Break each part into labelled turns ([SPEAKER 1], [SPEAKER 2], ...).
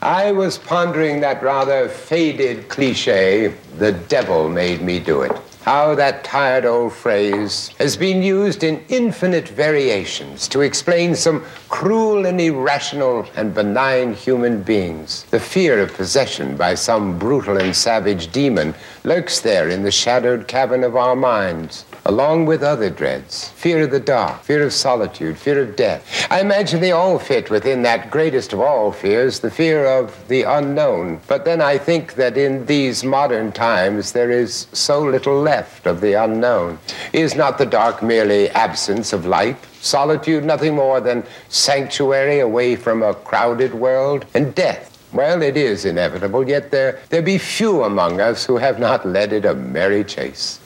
[SPEAKER 1] I was pondering that rather faded cliche, the devil made me do it. How that tired old phrase has been used in infinite variations to explain some cruel and irrational and benign human beings. The fear of possession by some brutal and savage demon lurks there in the shadowed cavern of our minds along with other dreads fear of the dark, fear of solitude, fear of death. I imagine they all fit within that greatest of all fears, the fear of the unknown. But then I think that in these modern times there is so little left of the unknown. Is not the dark merely absence of light? Solitude, nothing more than sanctuary away from a crowded world, and death, well, it is inevitable, yet there, there be few among us who have not led it a merry chase.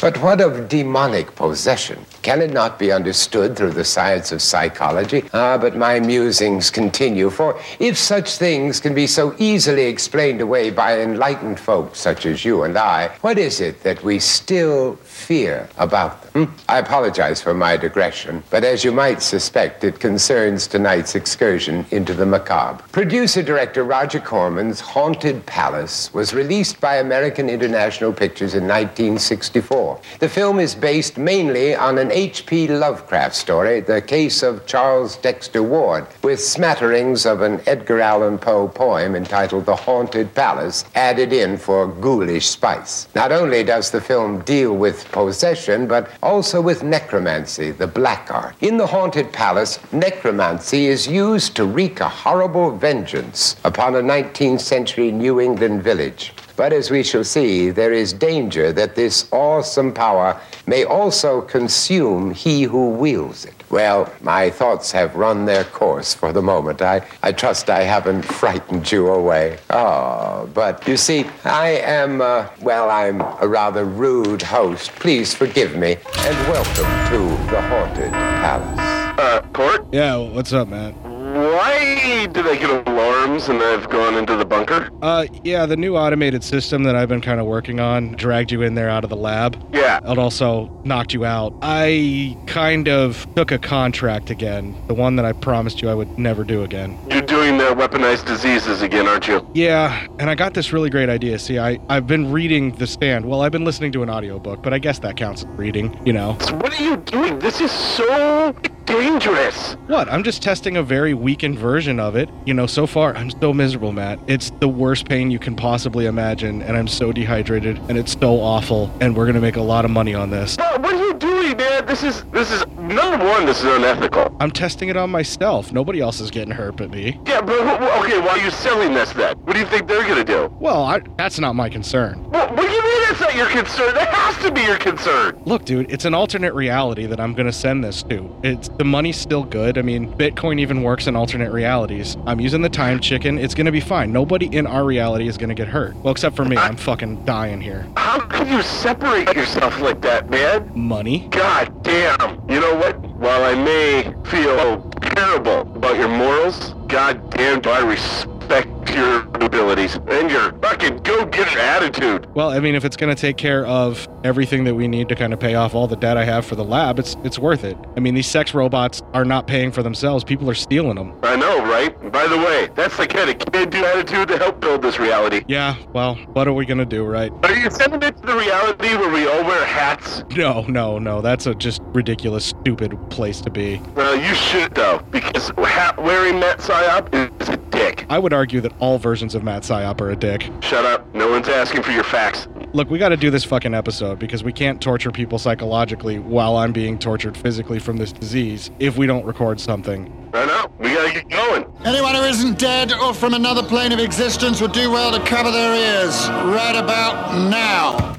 [SPEAKER 1] But what of demonic possession? Can it not be understood through the science of psychology? Ah, but my musings continue, for if such things can be so easily explained away by enlightened folk such as you and I, what is it that we still fear about them? Hmm? I apologize for my digression, but as you might suspect, it concerns tonight's excursion into the macabre. Producer director Roger Corman's Haunted Palace was released by American International Pictures in 1964. The film is based mainly on an H.P. Lovecraft story, The Case of Charles Dexter Ward, with smatterings of an Edgar Allan Poe poem entitled The Haunted Palace added in for ghoulish spice. Not only does the film deal with possession, but also with necromancy, the black art. In The Haunted Palace, necromancy is used to wreak a horrible vengeance upon a 19th century New England village. But as we shall see, there is danger that this awesome power may also consume he who wields it. Well, my thoughts have run their course for the moment. I, I trust I haven't frightened you away. Oh, but you see, I am, uh, well, I'm a rather rude host. Please forgive me, and welcome to the Haunted Palace.
[SPEAKER 2] Uh, Court?
[SPEAKER 3] Yeah, what's up, man?
[SPEAKER 2] Why do they get alarms and I've gone into the bunker?
[SPEAKER 3] Uh, yeah, the new automated system that I've been kind of working on dragged you in there out of the lab.
[SPEAKER 2] Yeah.
[SPEAKER 3] It also knocked you out. I kind of took a contract again, the one that I promised you I would never do again.
[SPEAKER 2] You're doing the weaponized diseases again, aren't you?
[SPEAKER 3] Yeah, and I got this really great idea. See, I, I've been reading The Stand. Well, I've been listening to an audiobook, but I guess that counts as reading, you know.
[SPEAKER 2] So what are you doing? This is so dangerous.
[SPEAKER 3] What? I'm just testing a very weakened version of it. You know, so far, I'm so miserable, Matt. It's the worst pain you can possibly imagine, and I'm so dehydrated, and it's so awful, and we're going to make a lot of money on this.
[SPEAKER 2] Bro, what are you doing, man? This is, this is, number one, this is unethical.
[SPEAKER 3] I'm testing it on myself. Nobody else is getting hurt but me.
[SPEAKER 2] Yeah, but, wh- okay, why are you selling this then? What do you think they're going to do?
[SPEAKER 3] Well, I, that's not my concern.
[SPEAKER 2] What, what do you mean that's not your concern? That has to be your concern.
[SPEAKER 3] Look, dude, it's an alternate reality that I'm going to send this to. It's the money's still good. I mean, Bitcoin even works in alternate realities. I'm using the time chicken. It's going to be fine. Nobody in our reality is going to get hurt. Well, except for me. I'm fucking dying here.
[SPEAKER 2] How can you separate yourself like that, man?
[SPEAKER 3] Money?
[SPEAKER 2] God damn. You know what? While I may feel terrible about your morals, god damn do I respect your abilities and your fucking go-getter attitude.
[SPEAKER 3] Well, I mean, if it's going to take care of everything that we need to kind of pay off all the debt I have for the lab, it's it's worth it. I mean, these sex robots are not paying for themselves; people are stealing them.
[SPEAKER 2] I know, right? By the way, that's the kind of kid do attitude to help build this reality.
[SPEAKER 3] Yeah. Well, what are we going to do, right?
[SPEAKER 2] Are you sending it to the reality where we all wear hats?
[SPEAKER 3] No, no, no. That's a just ridiculous, stupid place to be.
[SPEAKER 2] Well, you should though, because hat wearing that psyop is a dick.
[SPEAKER 3] I would argue that all versions of Matt Psyop are a dick.
[SPEAKER 2] Shut up. No one's asking for your facts.
[SPEAKER 3] Look, we got to do this fucking episode because we can't torture people psychologically while I'm being tortured physically from this disease if we don't record something.
[SPEAKER 2] I know. We gotta get going.
[SPEAKER 4] Anyone who isn't dead or from another plane of existence would do well to cover their ears right about now.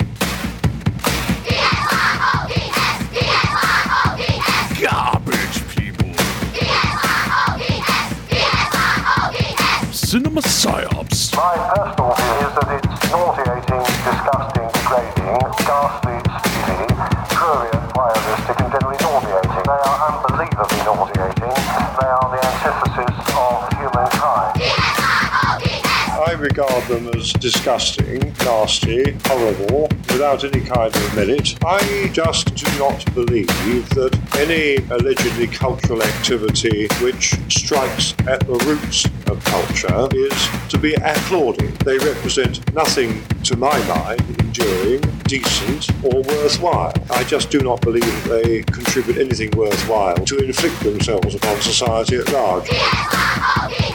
[SPEAKER 5] Garbage people. Cinema Psyops.
[SPEAKER 6] My personal view is that it's nauseating, disgusting, degrading, ghastly, sleazy, prurient, voyeuristic, and generally nauseating. They are unbelievably nauseating. They are the antithesis of humankind.
[SPEAKER 7] I regard them as disgusting, nasty, horrible, without any kind of merit. I just do not believe that any allegedly cultural activity which strikes at the roots of culture is to be applauded. They represent nothing, to my mind, enduring, decent, or worthwhile. I just do not believe that they contribute anything worthwhile to inflict themselves upon society at large.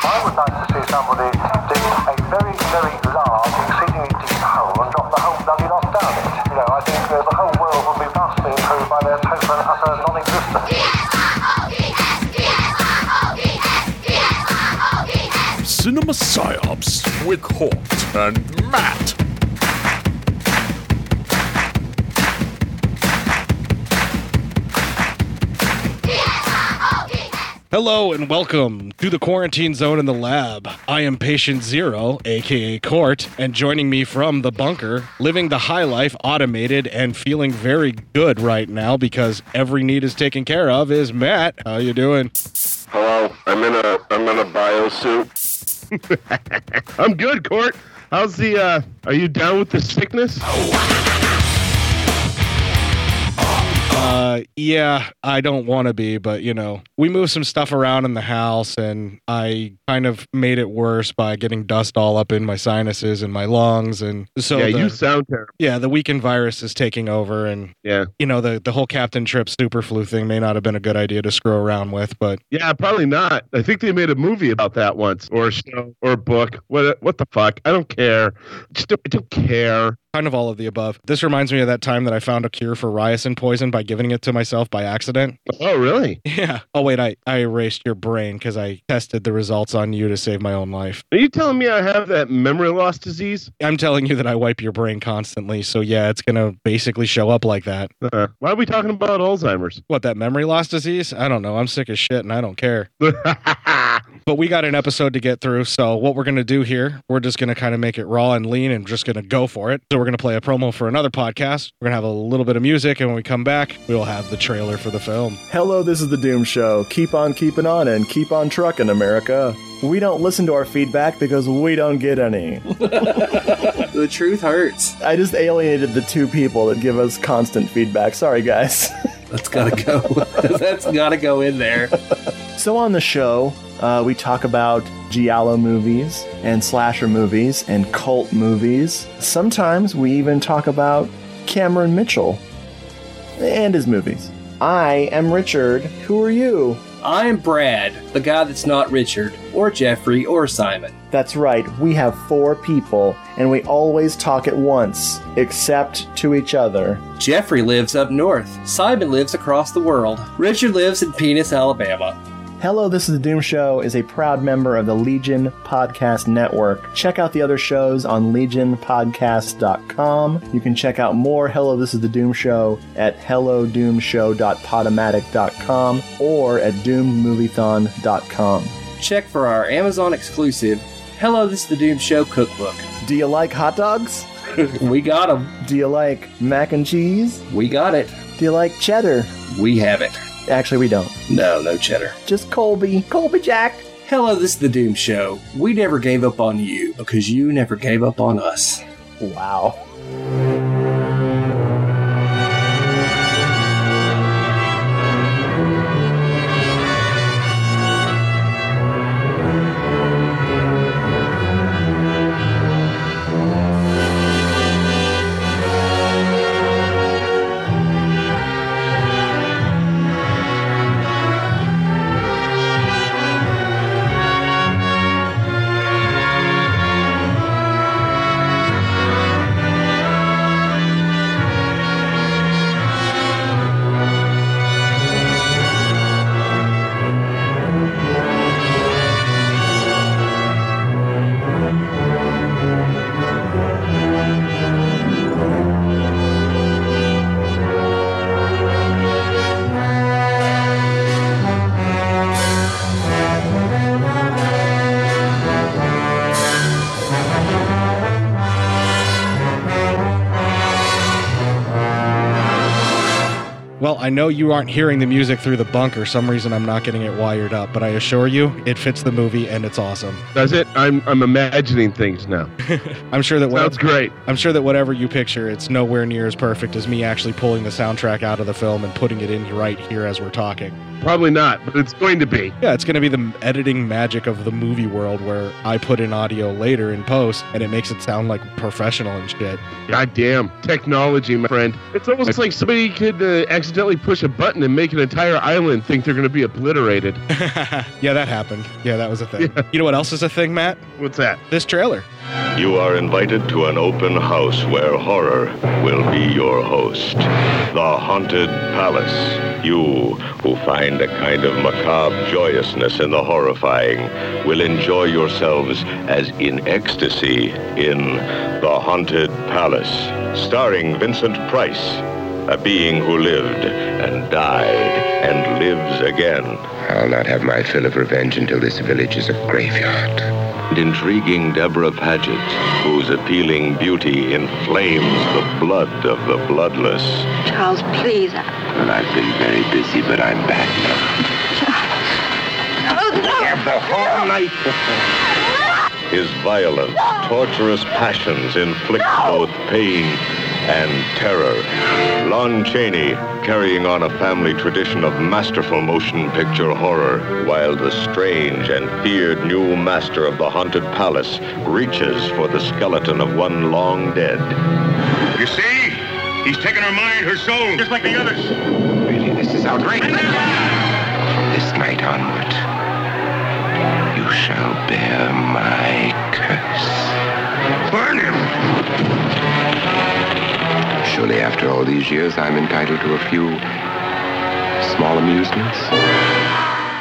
[SPEAKER 6] I would like to see somebody dig a very, very large, exceedingly deep hole and drop the whole bloody lot down it. You know, I think uh, the whole world would be vastly improved by their total and utter non-existence.
[SPEAKER 5] Cinema Psyops with Hort and Matt.
[SPEAKER 3] Hello and welcome to the quarantine zone in the lab. I am patient zero, aka Court, and joining me from the bunker, living the high life, automated and feeling very good right now because every need is taken care of. Is Matt? How you doing?
[SPEAKER 2] Hello, I'm in a I'm in a bio suit.
[SPEAKER 8] I'm good, Court. How's the? uh Are you down with the sickness?
[SPEAKER 3] Uh, yeah, I don't want to be, but you know, we moved some stuff around in the house, and I kind of made it worse by getting dust all up in my sinuses and my lungs, and so
[SPEAKER 8] yeah,
[SPEAKER 3] the-
[SPEAKER 8] you sound terrible.
[SPEAKER 3] yeah, the weekend virus is taking over, and
[SPEAKER 8] Yeah,
[SPEAKER 3] you know the the whole captain trip super flu thing may not have been a good idea to screw around with but
[SPEAKER 8] yeah, probably not. I think they made a movie about that once, or a show, or a book. What? What the fuck? I don't care. Just don't, I don't care.
[SPEAKER 3] kind of all of the above this reminds me of that time that i found a cure for ricin poison by giving it to myself by accident
[SPEAKER 8] Oh, really?
[SPEAKER 3] yeah oh wait i i erased your brain because i tested the results on you to save my own life
[SPEAKER 8] Are you telling me I have that memory loss disease?
[SPEAKER 3] i'm telling you that i wipe your brain constantly so yeah it's gonna basically show up like that
[SPEAKER 8] Uh, why are we talking about Alzheimer's?
[SPEAKER 3] what that memory loss disease i don't know i'm sick as shit and i don't care but we got an episode to get through. So what we're going to do here, we're just going to kind of make it raw and lean and just going to go for it. So we're going to play a promo for another podcast. We're going to have a little bit of music. And when we come back, we'll have the trailer for the film.
[SPEAKER 9] Hello, this is the Doom Show. Keep on keeping on and keep on trucking, America. We don't listen to our feedback because we don't get any.
[SPEAKER 10] The truth hurts.
[SPEAKER 9] I just alienated the two people that give us constant feedback. Sorry, guys.
[SPEAKER 10] That's gotta go. That's gotta go in there.
[SPEAKER 9] so, on the show, uh, we talk about Giallo movies and slasher movies and cult movies. Sometimes we even talk about Cameron Mitchell and his movies. I am Richard. Who are you?
[SPEAKER 10] I'm Brad, the guy that's not Richard, or Jeffrey, or Simon.
[SPEAKER 9] That's right, we have four people, and we always talk at once, except to each other.
[SPEAKER 10] Jeffrey lives up north. Simon lives across the world. Richard lives in Penis, Alabama.
[SPEAKER 9] Hello, this is the Doom Show is a proud member of the Legion Podcast Network. Check out the other shows on legionpodcast.com. You can check out more Hello, this is the Doom Show at hellodoomshow.podomatic.com or at doommoviethon.com.
[SPEAKER 10] Check for our Amazon exclusive Hello, this is the Doom Show cookbook.
[SPEAKER 9] Do you like hot dogs?
[SPEAKER 10] we got 'em.
[SPEAKER 9] Do you like mac and cheese?
[SPEAKER 10] We got it.
[SPEAKER 9] Do you like cheddar?
[SPEAKER 10] We have it.
[SPEAKER 9] Actually, we don't.
[SPEAKER 10] No, no cheddar.
[SPEAKER 9] Just Colby. Colby Jack.
[SPEAKER 10] Hello, this is the Doom Show. We never gave up on you because you never gave up on us.
[SPEAKER 9] Wow.
[SPEAKER 3] Well, I know you aren't hearing the music through the bunker. Some reason I'm not getting it wired up, but I assure you it fits the movie and it's awesome.
[SPEAKER 8] Does it? I'm I'm imagining things now.
[SPEAKER 3] I'm sure that
[SPEAKER 8] Sounds
[SPEAKER 3] whatever,
[SPEAKER 8] great.
[SPEAKER 3] I'm sure that whatever you picture, it's nowhere near as perfect as me actually pulling the soundtrack out of the film and putting it in right here as we're talking.
[SPEAKER 8] Probably not, but it's going to be.
[SPEAKER 3] Yeah, it's going to be the editing magic of the movie world where I put in audio later in post and it makes it sound like professional and shit.
[SPEAKER 8] God damn. Technology, my friend. It's almost like somebody could uh, accidentally push a button and make an entire island think they're going to be obliterated.
[SPEAKER 3] yeah, that happened. Yeah, that was a thing. You know what else is a thing, Matt?
[SPEAKER 8] What's that?
[SPEAKER 3] This trailer.
[SPEAKER 11] You are invited to an open house where horror will be your host. The Haunted Palace. You, who find a kind of macabre joyousness in the horrifying, will enjoy yourselves as in ecstasy in The Haunted Palace. Starring Vincent Price, a being who lived and died and lives again.
[SPEAKER 1] I'll not have my fill of revenge until this village is a graveyard.
[SPEAKER 11] and intriguing Deborah Paget, whose appealing beauty inflames the blood of the bloodless.
[SPEAKER 12] Charles, please.
[SPEAKER 11] Well, I've been very busy, but I'm back now.
[SPEAKER 1] The whole night.
[SPEAKER 11] His violent, torturous passions inflict both pain and terror. Lon Chaney carrying on a family tradition of masterful motion picture horror, while the strange and feared new master of the haunted palace reaches for the skeleton of one long dead.
[SPEAKER 13] You see? He's taken her mind, her soul, just like the others. Really, this is outrageous.
[SPEAKER 1] This night onward, you shall bear my curse. Burn him! Surely, after all these years, I'm entitled to a few small amusements.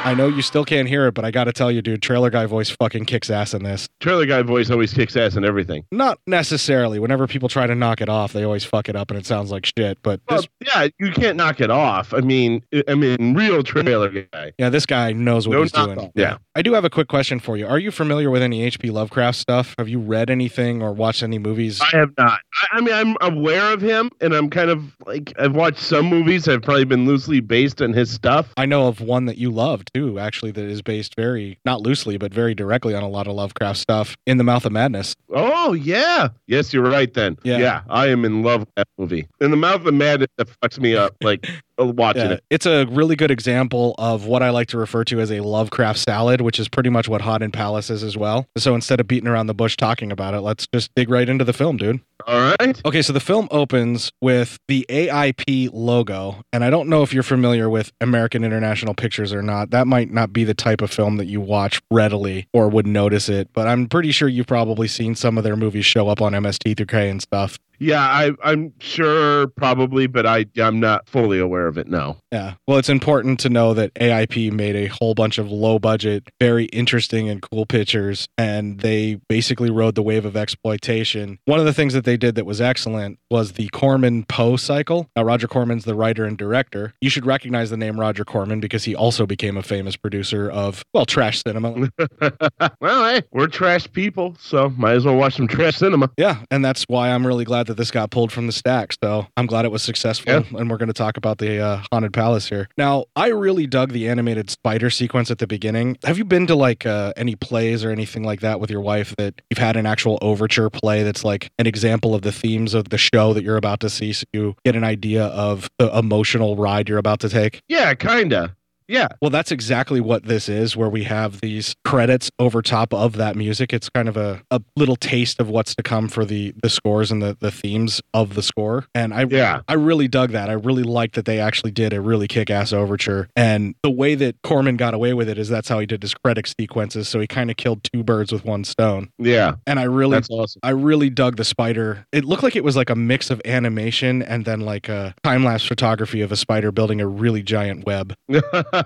[SPEAKER 3] I know you still can't hear it, but I got to tell you, dude, trailer guy voice fucking kicks ass in this.
[SPEAKER 8] Trailer guy voice always kicks ass in everything.
[SPEAKER 3] Not necessarily. Whenever people try to knock it off, they always fuck it up and it sounds like shit. But
[SPEAKER 8] Well, yeah, you can't knock it off. I mean, I- I mean, real trailer guy.
[SPEAKER 3] yeah, this guy knows what
[SPEAKER 8] No
[SPEAKER 3] he's doing.
[SPEAKER 8] knockoff. Yeah.
[SPEAKER 3] I do have a quick question for you. Are you familiar with any H.P. Lovecraft stuff? Have you read anything or watched any movies?
[SPEAKER 8] I have not. I, I mean, I'm aware of him, and I'm kind of like I've watched some movies. I've probably been loosely based on his stuff.
[SPEAKER 3] I know of one that you love too, actually, that is based very, not loosely, but very directly on a lot of Lovecraft stuff in The Mouth of Madness.
[SPEAKER 8] Oh yeah, yes, you're right. Then
[SPEAKER 3] Yeah.
[SPEAKER 8] I am in love with that movie. In the mouth of madness, that fucks me up. Like watching
[SPEAKER 3] Yeah,
[SPEAKER 8] it.
[SPEAKER 3] It's a really good example of what I like to refer to as a Lovecraft salad, which is pretty much what Hot in Palace is as well. So instead of beating around the bush talking about it, let's just dig right into the film, dude.
[SPEAKER 8] All right.
[SPEAKER 3] Okay, so the film opens with the AIP logo, and I don't know if you're familiar with American International Pictures or not. That might not be the type of film that you watch readily or would notice it, but I'm pretty sure you've probably seen some of their movies show up on MST3K and stuff.
[SPEAKER 8] Yeah, I, I'm sure probably, but I I'm not fully aware of it. No.
[SPEAKER 3] Yeah. Well, it's important to know that AIP made a whole bunch of low budget, very interesting and cool pictures, and they basically rode the wave of exploitation. One of the things that they did that was excellent was the Corman Poe cycle. Now, Roger Corman's the writer and director. You should recognize the name Roger Corman because he also became a famous producer of, well, trash cinema.
[SPEAKER 8] well, hey, we're trash people, so might as well watch some trash cinema.
[SPEAKER 3] Yeah, and that's why I'm really glad that this got pulled from the stack. So I'm glad it was successful, and we're going to talk about the uh, haunted palace here. Now, I really dug the animated spider sequence at the beginning. Have you been to like uh, any plays or anything like that with your wife that you've had an actual overture play that's like an example of the themes of the show that you're about to see, so you get an idea of the emotional ride you're about to take?
[SPEAKER 8] Yeah, kinda. Yeah.
[SPEAKER 3] Well, that's exactly what this is, where we have these credits over top of that music. It's kind of a, a little taste of what's to come for the the scores and the, the themes of the score. And I
[SPEAKER 8] yeah.
[SPEAKER 3] I really dug that. I really liked that they actually did a really kick ass overture. And the way that Corman got away with it is that's how he did his credit sequences. So he kind of killed two birds with one stone.
[SPEAKER 8] Yeah.
[SPEAKER 3] And I really
[SPEAKER 8] That's awesome.
[SPEAKER 3] I really dug the spider. It looked like it was like a mix of animation and then like a time lapse photography of a spider building a really giant web.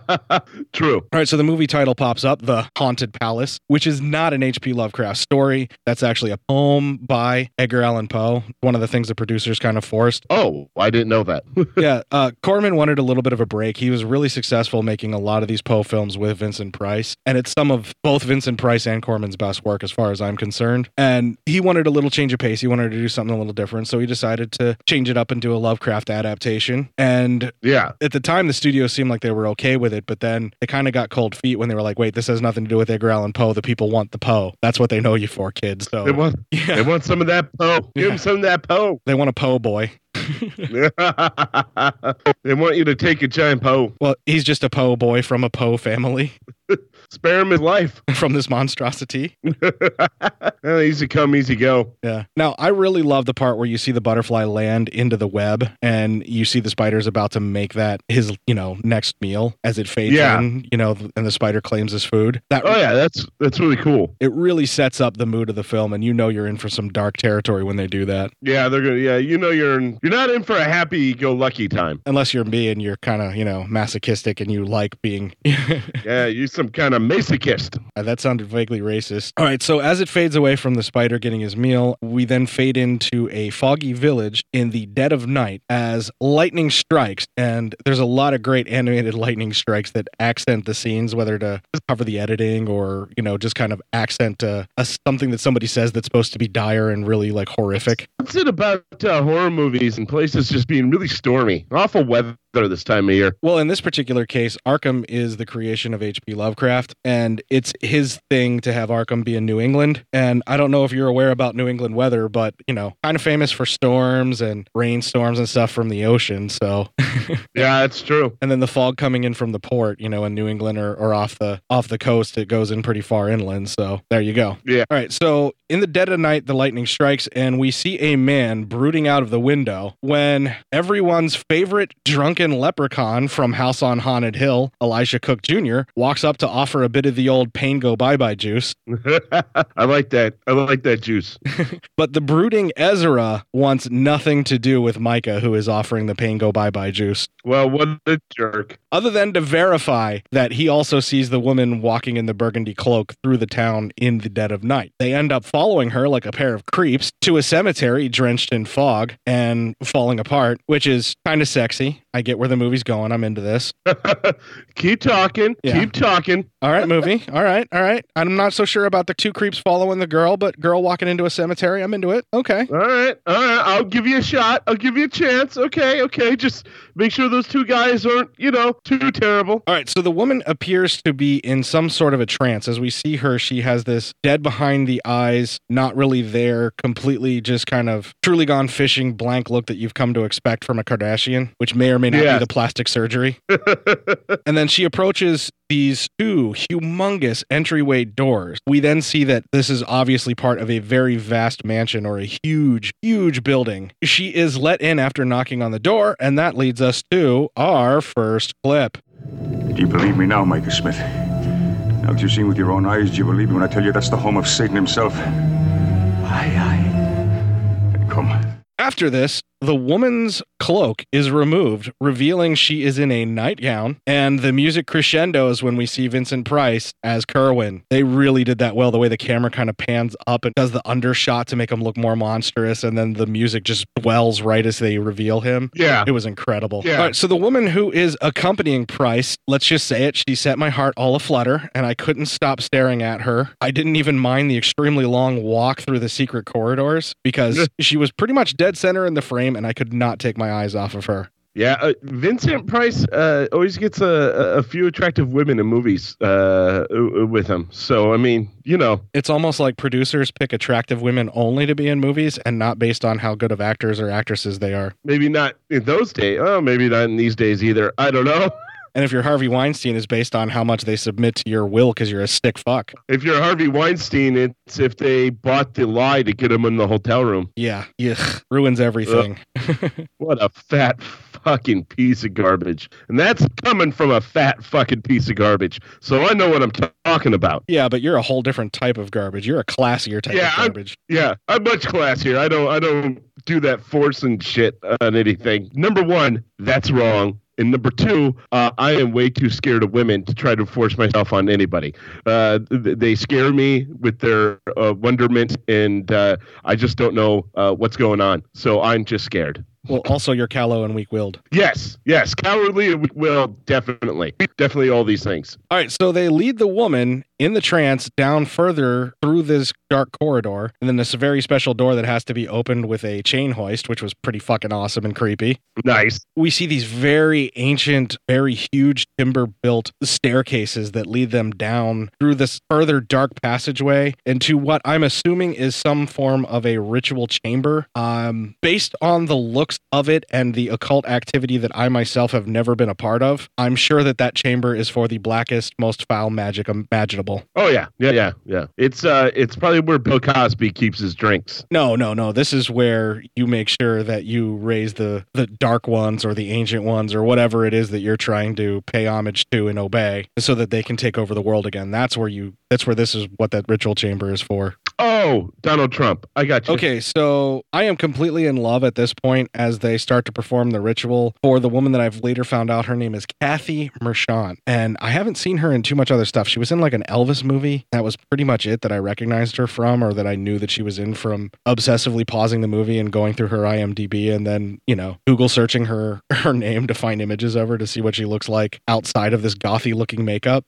[SPEAKER 8] True.
[SPEAKER 3] All right, so the movie title pops up, The Haunted Palace, which is not an H.P. Lovecraft story. That's actually a poem by Edgar Allan Poe. One of the things the producers kind of forced.
[SPEAKER 8] Oh, I didn't know that.
[SPEAKER 3] yeah, uh, Corman wanted a little bit of a break. He was really successful making a lot of these Poe films with Vincent Price, and it's some of both Vincent Price and Corman's best work, as far as I'm concerned. And he wanted a little change of pace. He wanted to do something a little different, so he decided to change it up and do a Lovecraft adaptation. And
[SPEAKER 8] yeah,
[SPEAKER 3] at the time, the studio seemed like they were okay with it, but then they kind of got cold feet when they were like, "Wait, this has nothing to do with Edgar Allan Poe. The people want the Poe. That's what they know you for, kids." So
[SPEAKER 8] They want, they want oh, some of that Poe. Give him some of that Poe.
[SPEAKER 3] They want a Poe boy.
[SPEAKER 8] they want you to take a giant Poe.
[SPEAKER 3] Well, he's just a Poe boy from a Poe family.
[SPEAKER 8] Spare him his life
[SPEAKER 3] from this monstrosity.
[SPEAKER 8] easy come, easy go.
[SPEAKER 3] Yeah. Now, I really love the part where you see the butterfly land into the web and you see the spider's about to make that his, you know, next meal as it fades
[SPEAKER 8] Yeah.
[SPEAKER 3] in, you know, and the spider claims his food. That
[SPEAKER 8] Oh yeah, that's that's really cool.
[SPEAKER 3] it really sets up the mood of the film and you know you're in for some dark territory when they do that.
[SPEAKER 8] Yeah, they're gonna. Yeah, you know you're in, you're not in for a happy go lucky time.
[SPEAKER 3] Unless you're me and you're kind of, you know, masochistic and you like being
[SPEAKER 8] yeah, you some kind of masochist.
[SPEAKER 3] Uh, that sounded vaguely racist. All right, so as it fades away from the spider getting his meal, we then fade into a foggy village in the dead of night as lightning strikes. And there's a lot of great animated lightning strikes that accent the scenes, whether to cover the editing or, you know, just kind of accent uh, a, something that somebody says that's supposed to be dire and really like horrific.
[SPEAKER 8] What's it about uh, horror movies and places just being really stormy? Awful weather this time of year.
[SPEAKER 3] Well, in this particular case, Arkham is the creation of H.P. Lovecraft, and it's his thing to have Arkham be in New England. And I don't know if you're aware about New England weather, but you know, kind of famous for storms and rainstorms and stuff from the ocean. So
[SPEAKER 8] yeah, that's true.
[SPEAKER 3] And then the fog coming in from the port, you know, in New England or, or off the off the coast, it goes in pretty far inland. So there you go.
[SPEAKER 8] Yeah.
[SPEAKER 3] All right. So in the dead of night, the lightning strikes, and we see a man brooding out of the window when everyone's favorite drunken leprechaun from House on Haunted Hill, Elisha Cook Jr., walks up to offer a bit of the old pain go bye bye juice.
[SPEAKER 8] I like that. I like that juice.
[SPEAKER 3] But the brooding Ezra wants nothing to do with Micah, who is offering the pain go bye bye juice.
[SPEAKER 8] Well, what a jerk.
[SPEAKER 3] Other than to verify that he also sees the woman walking in the burgundy cloak through the town in the dead of night. They end up following her like a pair of creeps to a cemetery drenched in fog and falling apart, which is kind of sexy. I get where the movie's going. I'm into this.
[SPEAKER 8] Keep talking. Keep talking.
[SPEAKER 3] All right, movie. All right. All right. I'm not so sure about the two creeps following the girl, but girl walking into a cemetery. I'm into it. Okay.
[SPEAKER 8] All right, all right. I'll give you a shot. I'll give you a chance. Okay, okay. Just make sure those two guys aren't, you know, too terrible.
[SPEAKER 3] All right, so the woman appears to be in some sort of a trance. As we see her, she has this dead behind the eyes, not really there, completely just kind of truly gone fishing blank look that you've come to expect from a Kardashian, which may or may not
[SPEAKER 8] Yeah.
[SPEAKER 3] be the plastic surgery. and then she approaches these two humongous entryway doors. We then see that this is obviously part of a very vast mansion or a huge, huge building. She is let in after knocking on the door, and that leads us to our first clip.
[SPEAKER 12] Do you believe me now, Micah Smith? Now that you've seen with your own eyes, do you believe me when I tell you that's the home of Satan himself?
[SPEAKER 3] After this, the woman's cloak is removed, revealing she is in a nightgown, and the music crescendos when we see Vincent Price as Kerwin. They really did that well, the way the camera kind of pans up and does the undershot to make him look more monstrous, and then the music just dwells right as they reveal him.
[SPEAKER 8] Yeah.
[SPEAKER 3] It was incredible.
[SPEAKER 8] Yeah.
[SPEAKER 3] All right, so the woman who is accompanying Price, let's just say it, she set my heart all aflutter, and I couldn't stop staring at her. I didn't even mind the extremely long walk through the secret corridors because she was pretty much dead center in the frame, and I could not take my eyes off of her.
[SPEAKER 8] Yeah, uh, Vincent Price uh, always gets a, a few attractive women in movies uh, with him. So I mean, you know,
[SPEAKER 3] It's almost like producers pick attractive women only to be in movies and not based on how good of actors or actresses they are.
[SPEAKER 8] maybe not in those days. Oh, maybe not in these days either. I don't know.
[SPEAKER 3] And if your Harvey Weinstein is based on how much they submit to your will because you're a stick fuck.
[SPEAKER 8] If you're Harvey Weinstein, it's if they bought the lie to get him in the hotel room.
[SPEAKER 3] Yeah. Ugh. ah, Ruins everything.
[SPEAKER 8] Ugh. what a fat fucking piece of garbage. And that's coming from a fat fucking piece of garbage. So I know what I'm t- talking about.
[SPEAKER 3] Yeah, but you're a whole different type of garbage. You're a classier type
[SPEAKER 8] Yeah,
[SPEAKER 3] of
[SPEAKER 8] I'm-
[SPEAKER 3] garbage.
[SPEAKER 8] Yeah, I'm much classier. I don't I don't do that forcing shit on anything. Number 1, that's wrong. And number two, uh, I am way too scared of women to try to force myself on anybody. Uh, th- they scare me with their uh, wonderment, and uh, I just don't know uh, what's going on. So I'm just scared.
[SPEAKER 3] Well, also you're callow and weak-willed.
[SPEAKER 8] Yes, yes, cowardly and will definitely, definitely all these things.
[SPEAKER 3] All right, so they lead the woman in the trance down further through this dark corridor, and then this very special door that has to be opened with a chain hoist, which was pretty fucking awesome and creepy.
[SPEAKER 8] Nice.
[SPEAKER 3] We see these very ancient, very huge timber built staircases that lead them down through this further dark passageway into what I'm assuming is some form of a ritual chamber. Um, based on the looks aspects of it and the occult activity that I myself have never been a part of, I'm sure that that chamber is for the blackest, most foul magic imaginable.
[SPEAKER 8] Oh yeah, yeah, yeah, yeah. It's uh, it's probably where Bill Cosby keeps his drinks.
[SPEAKER 3] No, no, no. This is where you make sure that you raise the the dark ones or the ancient ones or whatever it is that you're trying to pay homage to and obey, so that they can take over the world again. That's where you. That's where this is what that ritual chamber is for.
[SPEAKER 8] Oh, Donald Trump. I got you.
[SPEAKER 3] Okay, so I am completely in love at this point as they start to perform the ritual for the woman that I've later found out her name is Kathy Mershon. And I haven't seen her in too much other stuff. She was in like an Elvis movie. That was pretty much it that I recognized her from or that I knew that she was in from obsessively pausing the movie and going through her IMDb and then, you know, Google searching her her name to find images of her to see what she looks like outside of this gothy looking makeup.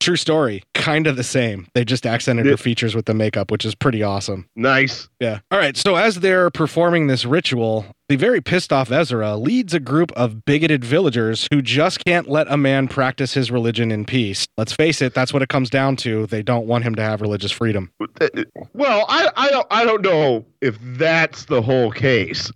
[SPEAKER 3] True story. Kind of the same. They just accented her features with the makeup, which is pretty awesome.
[SPEAKER 8] Nice.
[SPEAKER 3] Yeah. All right. So as they're performing this ritual, the very pissed off Ezra leads a group of bigoted villagers who just can't let a man practice his religion in peace. Let's face it, that's what it comes down to. They don't want him to have religious freedom.
[SPEAKER 8] Well, I I don't I don't know if that's the whole case.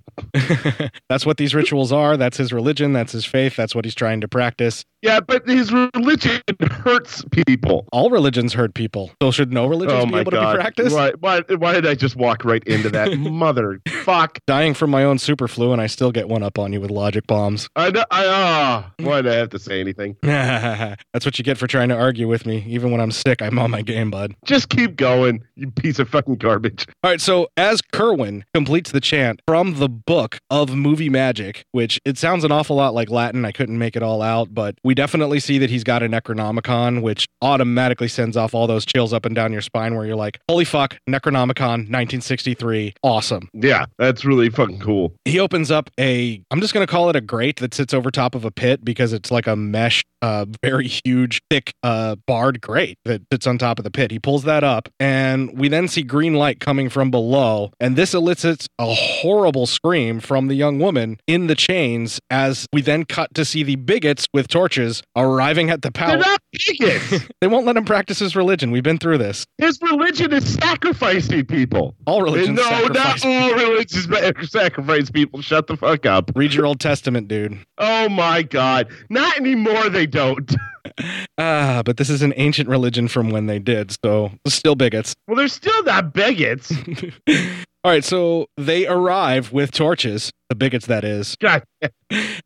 [SPEAKER 3] That's what these rituals are. That's his religion. That's his faith. That's what he's trying to practice.
[SPEAKER 8] Yeah, but his religion hurts people.
[SPEAKER 3] All religions hurt people. So should no religion
[SPEAKER 8] oh
[SPEAKER 3] be
[SPEAKER 8] my
[SPEAKER 3] able to
[SPEAKER 8] god!
[SPEAKER 3] be practiced?
[SPEAKER 8] Why, why why did I just walk right into that mother? Fuck.
[SPEAKER 3] Dying from my own superflu, and I still get one up on you with logic bombs.
[SPEAKER 8] I know- I ah. why did I have to say anything?
[SPEAKER 3] That's what you get for trying to argue with me. Even when I'm sick, I'm on my game, bud.
[SPEAKER 8] Just keep going, you piece of fucking garbage.
[SPEAKER 3] All right, so as Kerwin completes the chant from the book of movie magic, which it sounds an awful lot like Latin, I couldn't make it all out, but we definitely see that he's got a Necronomicon, which automatically sends off all those chills up and down your spine where you're like, holy fuck, Necronomicon 1963, awesome.
[SPEAKER 8] Yeah, that's really fucking cool.
[SPEAKER 3] He opens up a, I'm just going to call it a grate that sits over top of a pit because it's like a mesh, uh, very huge, thick, uh, barred grate that sits on top of the pit. He pulls that up, and we then see green light coming from below, and this elicits a horrible scream from the young woman in the chains as we then cut to see the bigots with torches arriving at the palace.
[SPEAKER 8] not bigots!
[SPEAKER 3] they won't let him practice his religion. We've been through this.
[SPEAKER 8] His religion is sacrificing people.
[SPEAKER 3] All religions
[SPEAKER 8] No,
[SPEAKER 3] sacrifice
[SPEAKER 8] not all religions ma- sacrifice people. Shut the fuck up.
[SPEAKER 3] Read your Old Testament, dude.
[SPEAKER 8] Oh my god. Not anymore they don't.
[SPEAKER 3] Ah, but this is an ancient religion from when they did, so still bigots.
[SPEAKER 8] Well, they're still not bigots.
[SPEAKER 3] All right, so they arrive with torches, the bigots that is,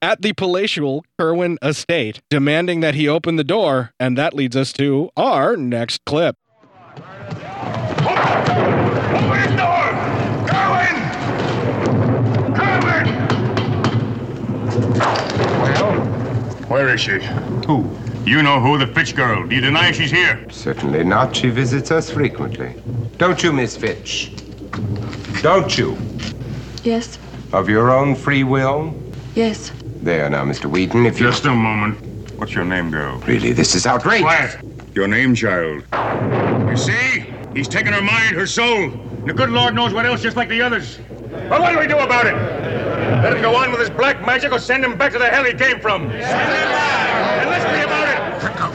[SPEAKER 3] at the palatial Kerwin estate, demanding that he open the door, and that leads us to our next clip.
[SPEAKER 13] Where is she? Who? You know who, the Fitch girl. Do you deny she's here?
[SPEAKER 1] Certainly not. She visits us frequently. Don't you, Miss Fitch? Don't you?
[SPEAKER 14] Yes,
[SPEAKER 1] Of your own free will?
[SPEAKER 14] yes.
[SPEAKER 1] There now, Mr. Wheaton, if you.
[SPEAKER 13] Just a moment. What's your name, girl?
[SPEAKER 1] Really, this is outrageous.
[SPEAKER 13] Quiet. Your name, child. You see? He's taken her mind, her soul. And the good Lord knows what else, just like the others. Well, what do we do about it? Let him go on with his black magic or send him back to the hell he came from. Send him back! And let's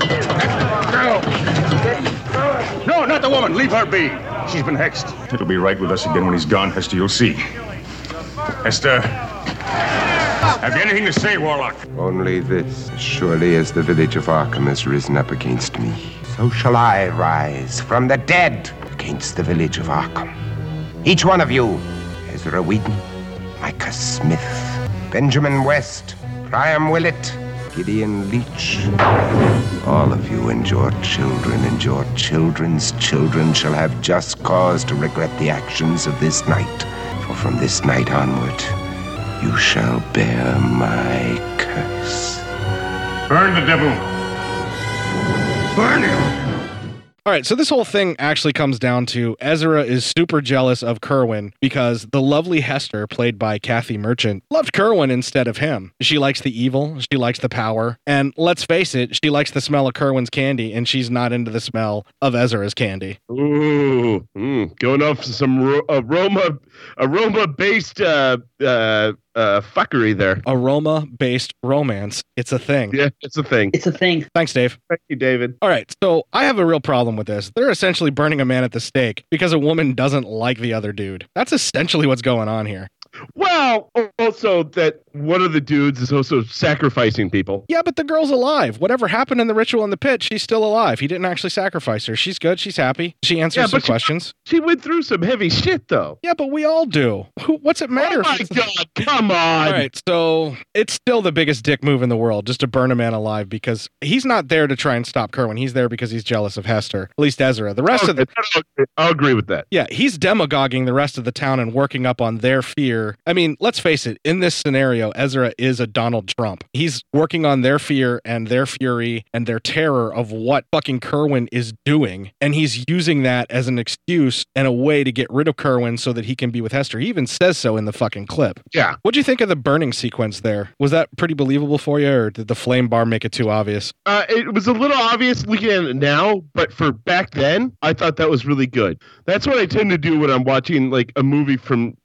[SPEAKER 13] be about it! Girl! No, not the woman. Leave her be. She's been hexed.
[SPEAKER 12] It'll be right with us again when he's gone, Hester. You'll see.
[SPEAKER 13] Esther. Have you anything to say, Warlock?
[SPEAKER 1] Only this. As surely as the village of Arkham has risen up against me, so shall I rise from the dead against the village of Arkham. Each one of you Ezra Whedon, Micah Smith, Benjamin West, Priam Willett, Gideon Leach. All of you and your children and your children's children shall have just cause to regret the actions of this night. For from this night onward, you shall bear my curse.
[SPEAKER 13] Burn the devil. Burn him.
[SPEAKER 3] All right, so this whole thing actually comes down to Ezra is super jealous of Kerwin because the lovely Hester, played by Kathy Merchant, loved Kerwin instead of him. She likes the evil, she likes the power, and let's face it, she likes the smell of Kerwin's candy, and she's not into the smell of Ezra's candy.
[SPEAKER 8] Ooh, mm, going off some ro- aroma aroma based uh, uh, uh, fuckery there.
[SPEAKER 3] Aroma based romance. It's a thing.
[SPEAKER 8] Yeah, it's a thing.
[SPEAKER 3] It's a thing. Thanks, Dave.
[SPEAKER 8] Thank you, David.
[SPEAKER 3] All right, so I have a real problem with this. They're essentially burning a man at the stake because a woman doesn't like the other dude. That's essentially what's going on here.
[SPEAKER 8] Well, also that one of the dudes is also sacrificing people.
[SPEAKER 3] Yeah, but the girl's alive. Whatever happened in the ritual in the pit, she's still alive. He didn't actually sacrifice her. She's good. She's happy. She answers
[SPEAKER 8] Yeah,
[SPEAKER 3] some
[SPEAKER 8] but she-
[SPEAKER 3] questions.
[SPEAKER 8] She went through some heavy shit, though.
[SPEAKER 3] Yeah, but we all do. Who, what's it matter?
[SPEAKER 8] Oh my god! Come on.
[SPEAKER 3] All right, so it's still the biggest dick move in the world just to burn a man alive because he's not there to try and stop Kerwin. He's there because he's jealous of Hester, at least Ezra. The rest of the
[SPEAKER 8] I'll agree with that.
[SPEAKER 3] yeah, he's demagoguing the rest of the town and working up on their fear. I mean, let's face it, in this scenario, Ezra is a Donald Trump. He's working on their fear and their fury and their terror of what fucking Kerwin is doing. And he's using that as an excuse and a way to get rid of Kerwin so that he can be with Hester. He even says so in the fucking clip.
[SPEAKER 8] Yeah.
[SPEAKER 3] What'd you think of the burning sequence there? Was that pretty believable for you, or did the flame bar make it too obvious?
[SPEAKER 8] Uh, it was a little obvious looking at it now, but for back then, I thought that was really good. That's what I tend to do when I'm watching like a movie from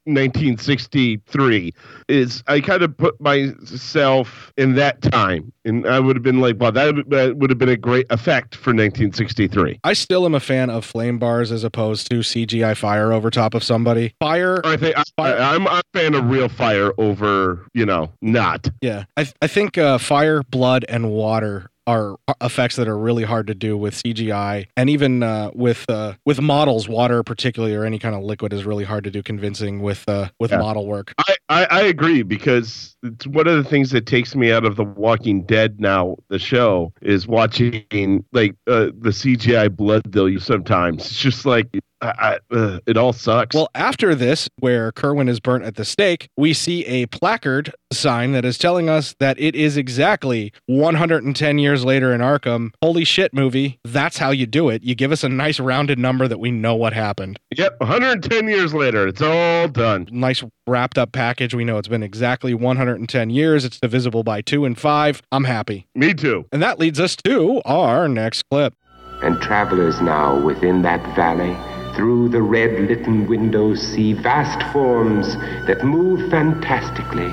[SPEAKER 8] 1963. Is I kind of put myself in that time, and I would have been like, "Wow, that would- that would have been a great effect for 1963."
[SPEAKER 3] I still am a fan of flame bars as opposed to CGI fire over top of somebody. Fire.
[SPEAKER 8] I think I, I, I'm I'm a fan of real fire over you know not.
[SPEAKER 3] Yeah, I, th- I think uh, fire, blood, and water are uh, effects that are really hard to do with CGI, and even uh, with uh, with models, water particularly or any kind of liquid is really hard to do convincing with uh, with
[SPEAKER 8] Yeah.
[SPEAKER 3] model work.
[SPEAKER 8] I, I, I agree because it's one of the things that takes me out of The Walking Dead now, the show, is watching like uh, the CGI blood they'll use sometimes. It's just like I, I, uh, it all sucks.
[SPEAKER 3] Well, after this, where Kerwin is burnt at the stake, we see a placard sign that is telling us that it is exactly 110 years later in Arkham. Holy shit, movie! That's how you do it. You give us a nice rounded number that we know what happened.
[SPEAKER 8] Yep, 110 years later, it's all done.
[SPEAKER 3] Nice wrapped up package. We know it's been exactly 110 years. It's divisible by two and five. I'm happy.
[SPEAKER 8] Me too.
[SPEAKER 3] And that leads us to our next clip.
[SPEAKER 1] And travelers now within that valley, through the red litten windows, see vast forms that move fantastically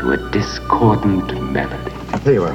[SPEAKER 1] to a discordant melody. There you are.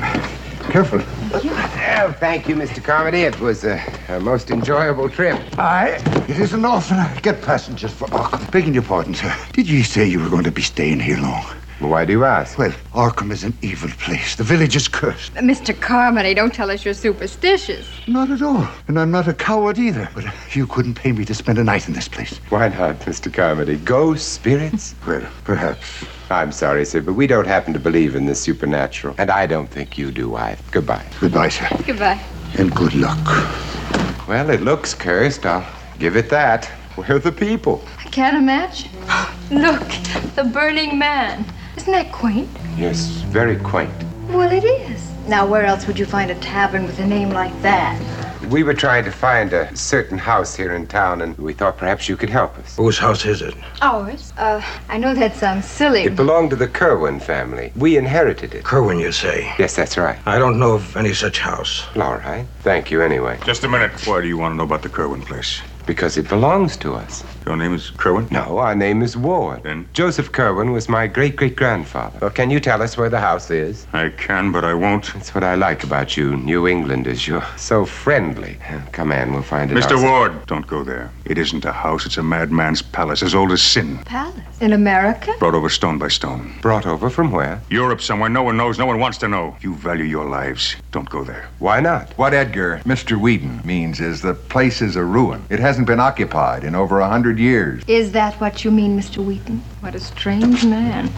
[SPEAKER 1] Careful. Oh, thank you, Mr. Carmody. It was a, a most enjoyable trip.
[SPEAKER 15] Aye, it is an orphan. I Get passengers for Arkham. Begging your pardon, sir. Did you say you were going to be staying here long? Why do you ask? Well, Arkham is an evil place. The village is cursed.
[SPEAKER 16] Mr. Carmody, don't tell us you're superstitious.
[SPEAKER 15] Not at all. And I'm not a coward either. But you couldn't pay me to spend a night in this place.
[SPEAKER 1] Why not, Mr. Carmody? Ghost spirits?
[SPEAKER 15] Well, perhaps.
[SPEAKER 1] I'm sorry, sir, but we don't happen to believe in the supernatural. And I don't think you do either. Goodbye.
[SPEAKER 15] Goodbye, sir.
[SPEAKER 16] Goodbye.
[SPEAKER 15] And good luck.
[SPEAKER 1] Well, it looks cursed. I'll give it that. Where are the people?
[SPEAKER 16] I can't imagine. Look, the burning man. Isn't that quaint?
[SPEAKER 1] Yes, very quaint.
[SPEAKER 16] Well, it is. Now, where else would you find a tavern with a name like that?
[SPEAKER 1] We were trying to find a certain house here in town, and we thought perhaps you could help us. Whose house is it?
[SPEAKER 16] Ours? Uh, I know that sounds silly.
[SPEAKER 1] It belonged to the Kerwin family. We inherited it. Kerwin, you say? Yes, that's right. I don't know of any such house. All right. Thank you anyway.
[SPEAKER 12] Just a minute. Why do you want to know about the Kerwin place?
[SPEAKER 1] Because it belongs to us.
[SPEAKER 12] Your name is Kerwin?
[SPEAKER 1] No, our name is Ward. And Joseph Kerwin was my great great grandfather. Well, can you tell us where the house is?
[SPEAKER 12] I can, but I won't.
[SPEAKER 1] That's what I like about you, New Englanders. You're so friendly. Come in, we'll find it out.
[SPEAKER 12] Mr. Ward! Don't go there. It isn't a house, it's a madman's palace, as old as sin.
[SPEAKER 16] Palace. In America?
[SPEAKER 12] Brought over stone by stone.
[SPEAKER 1] Brought over from where?
[SPEAKER 12] Europe, somewhere. No one knows, no one wants to know. You value your lives. Don't go there.
[SPEAKER 17] Why not? What Edgar, Mr. Whedon, means is the place is a ruin. It hasn't been occupied in over a hundred years.
[SPEAKER 16] Is that what you mean, Mr. Wheaton? What a strange man.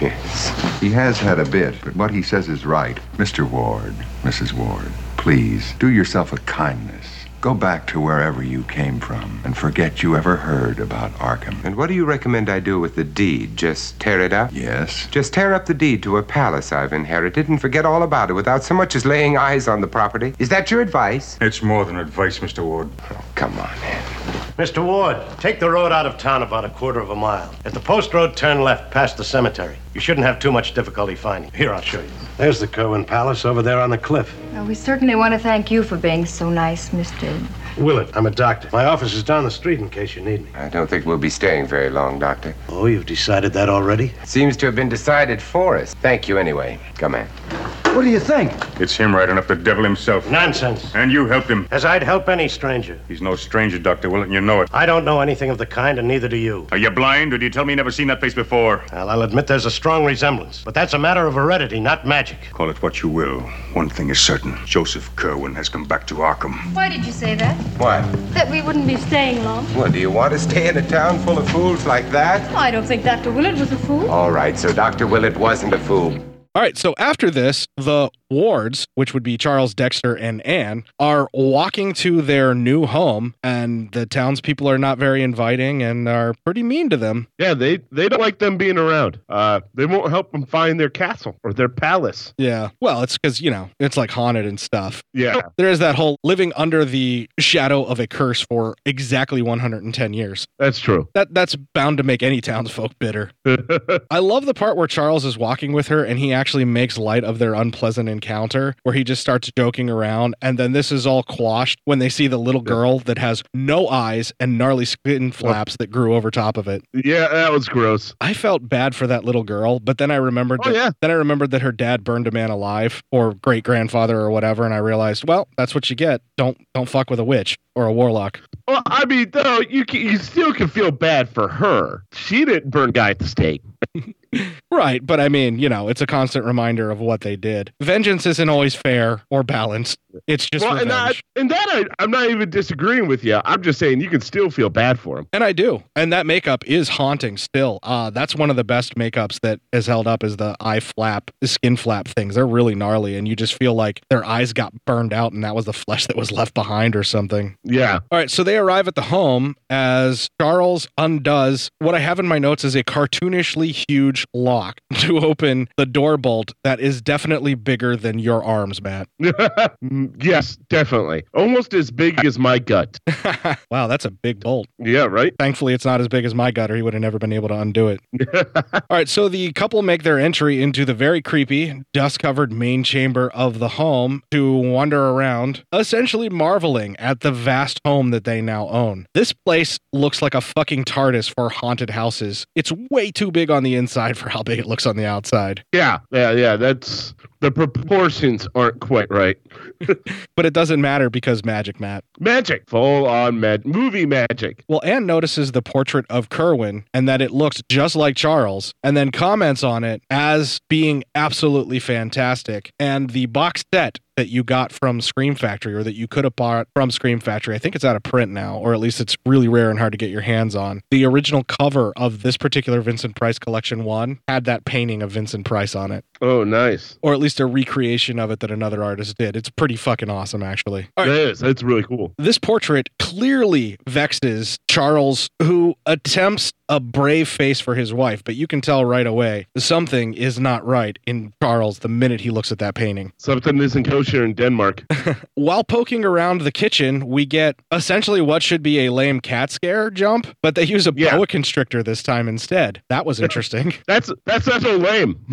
[SPEAKER 17] Yes. He has had a bit, but what he says is right. Mr. Ward, Mrs. Ward, please do yourself a kindness. Go back to wherever you came from and forget you ever heard about Arkham.
[SPEAKER 1] And what do you recommend I do with the deed? Just tear it up?
[SPEAKER 17] Yes.
[SPEAKER 1] Just tear up the deed to a palace I've inherited and forget all about it without so much as laying eyes on the property. Is that your advice? Oh,
[SPEAKER 12] It's more than advice, Mr. Ward.
[SPEAKER 1] come on in.
[SPEAKER 18] Mr. Ward, take the road out of town about a quarter of a mile. At the post road, turn left past the cemetery. You shouldn't have too much difficulty finding. it. Here, I'll show you. There's the Kerwin Palace over there on the cliff.
[SPEAKER 16] Well, we certainly want to thank you for being so nice, Mr.
[SPEAKER 18] Willett, I'm a doctor. My office is down the street in case you need me.
[SPEAKER 1] I don't think we'll be staying very long, Doctor.
[SPEAKER 18] Oh, you've decided that already?
[SPEAKER 1] Seems to have been decided for us. Thank you anyway. Come in.
[SPEAKER 18] What do you think?
[SPEAKER 12] It's him riding up the devil himself.
[SPEAKER 18] Nonsense.
[SPEAKER 12] And you helped him.
[SPEAKER 18] As I'd help any stranger.
[SPEAKER 12] He's no stranger, Dr. Willett, and you know it.
[SPEAKER 18] I don't know anything of the kind, and neither do you.
[SPEAKER 12] Are you blind, or do you tell me you never seen that face before?
[SPEAKER 18] Well, I'll admit there's a strong resemblance, but that's a matter of heredity, not magic.
[SPEAKER 12] Call it what you will. One thing is certain Joseph Kerwin has come back to Arkham.
[SPEAKER 16] Why did you say that?
[SPEAKER 1] What?
[SPEAKER 16] That we wouldn't be staying long.
[SPEAKER 1] What, do you want to stay in a town full of fools like that?
[SPEAKER 16] I don't think Dr. Willard was a fool.
[SPEAKER 1] All right, so Dr. Willett wasn't a fool.
[SPEAKER 3] All right, so after this, the wards, which would be Charles, Dexter, and Anne, are walking to their new home, and the townspeople are not very inviting and are pretty mean to them.
[SPEAKER 8] Yeah, they they don't like them being around. Uh, they won't help them find their castle or their palace.
[SPEAKER 3] Yeah. Well, it's because, you know, it's like haunted and stuff.
[SPEAKER 8] Yeah.
[SPEAKER 3] There is that whole living under the shadow of a curse for exactly 110 years.
[SPEAKER 8] That's true.
[SPEAKER 3] That that's bound to make any townsfolk bitter. I love the part where Charles is walking with her and he actually makes light of their unpleasant encounter, where he just starts joking around, and then this is all quashed when they see the little girl that has no eyes and gnarly skin flaps that grew over top of it.
[SPEAKER 8] Yeah, that was gross.
[SPEAKER 3] I felt bad for that little girl, but then I remembered.
[SPEAKER 8] Oh,
[SPEAKER 3] that,
[SPEAKER 8] yeah.
[SPEAKER 3] Then I remembered that her dad burned a man alive, or great grandfather, or whatever, and I realized, well, that's what you get. Don't don't fuck with a witch or a warlock.
[SPEAKER 8] Well, I mean, though, you can, you still can feel bad for her. She didn't burn guy at the stake.
[SPEAKER 3] Right, but I mean, you know, it's a constant reminder of what they did. Vengeance isn't always fair or balanced. It's just
[SPEAKER 8] well, and, I,
[SPEAKER 3] revenge.
[SPEAKER 8] and that I, I'm not even disagreeing with you. I'm just saying you can still feel bad for him.
[SPEAKER 3] And I do. And that makeup is haunting still. Uh, that's one of the best makeups that is held up is the eye flap, skin flap things. They're really gnarly and you just feel like their eyes got burned out and that was the flesh that was left behind or something.
[SPEAKER 8] Yeah.
[SPEAKER 3] All right, so they arrive at the home as Charles undoes what I have in my notes is a cartoonishly huge lock to open the door bolt that is definitely bigger than your arms, Matt.
[SPEAKER 8] Mm, yes, definitely. Almost as big as my gut.
[SPEAKER 3] wow, that's a big bolt.
[SPEAKER 8] Yeah, right?
[SPEAKER 3] Thankfully, it's not as big as my gutter. He would have never been able to undo it. All right, so the couple make their entry into the very creepy, dust covered main chamber of the home to wander around, essentially marveling at the vast home that they now own. This place looks like a fucking TARDIS for haunted houses. It's way too big on the inside for how big it looks on the outside.
[SPEAKER 8] Yeah, yeah, yeah. That's the proportions aren't quite right.
[SPEAKER 3] but it doesn't matter because magic, Matt.
[SPEAKER 8] Magic, full on mag, movie magic.
[SPEAKER 3] Well, Anne notices the portrait of Kerwin and that it looks just like Charles, and then comments on it as being absolutely fantastic. And the box set that you got from Scream Factory or that you could have bought from Scream Factory, I think it's out of print now, or at least it's really rare and hard to get your hands on. The original cover of this particular Vincent Price Collection 1 had that painting of Vincent Price on it.
[SPEAKER 8] Oh, nice.
[SPEAKER 3] Or at least a recreation of it that another artist did. It's pretty fucking awesome, actually.
[SPEAKER 8] It is. It's really cool.
[SPEAKER 3] This portrait clearly vexes Charles, who attempts a brave face for his wife, but you can tell right away something is not right in Charles the minute he looks at that painting.
[SPEAKER 8] Something isn't kosher in Denmark.
[SPEAKER 3] While poking around the kitchen, we get essentially what should be a lame cat scare jump, but they use a boa constrictor this time instead. That was interesting.
[SPEAKER 8] that's that's not so lame.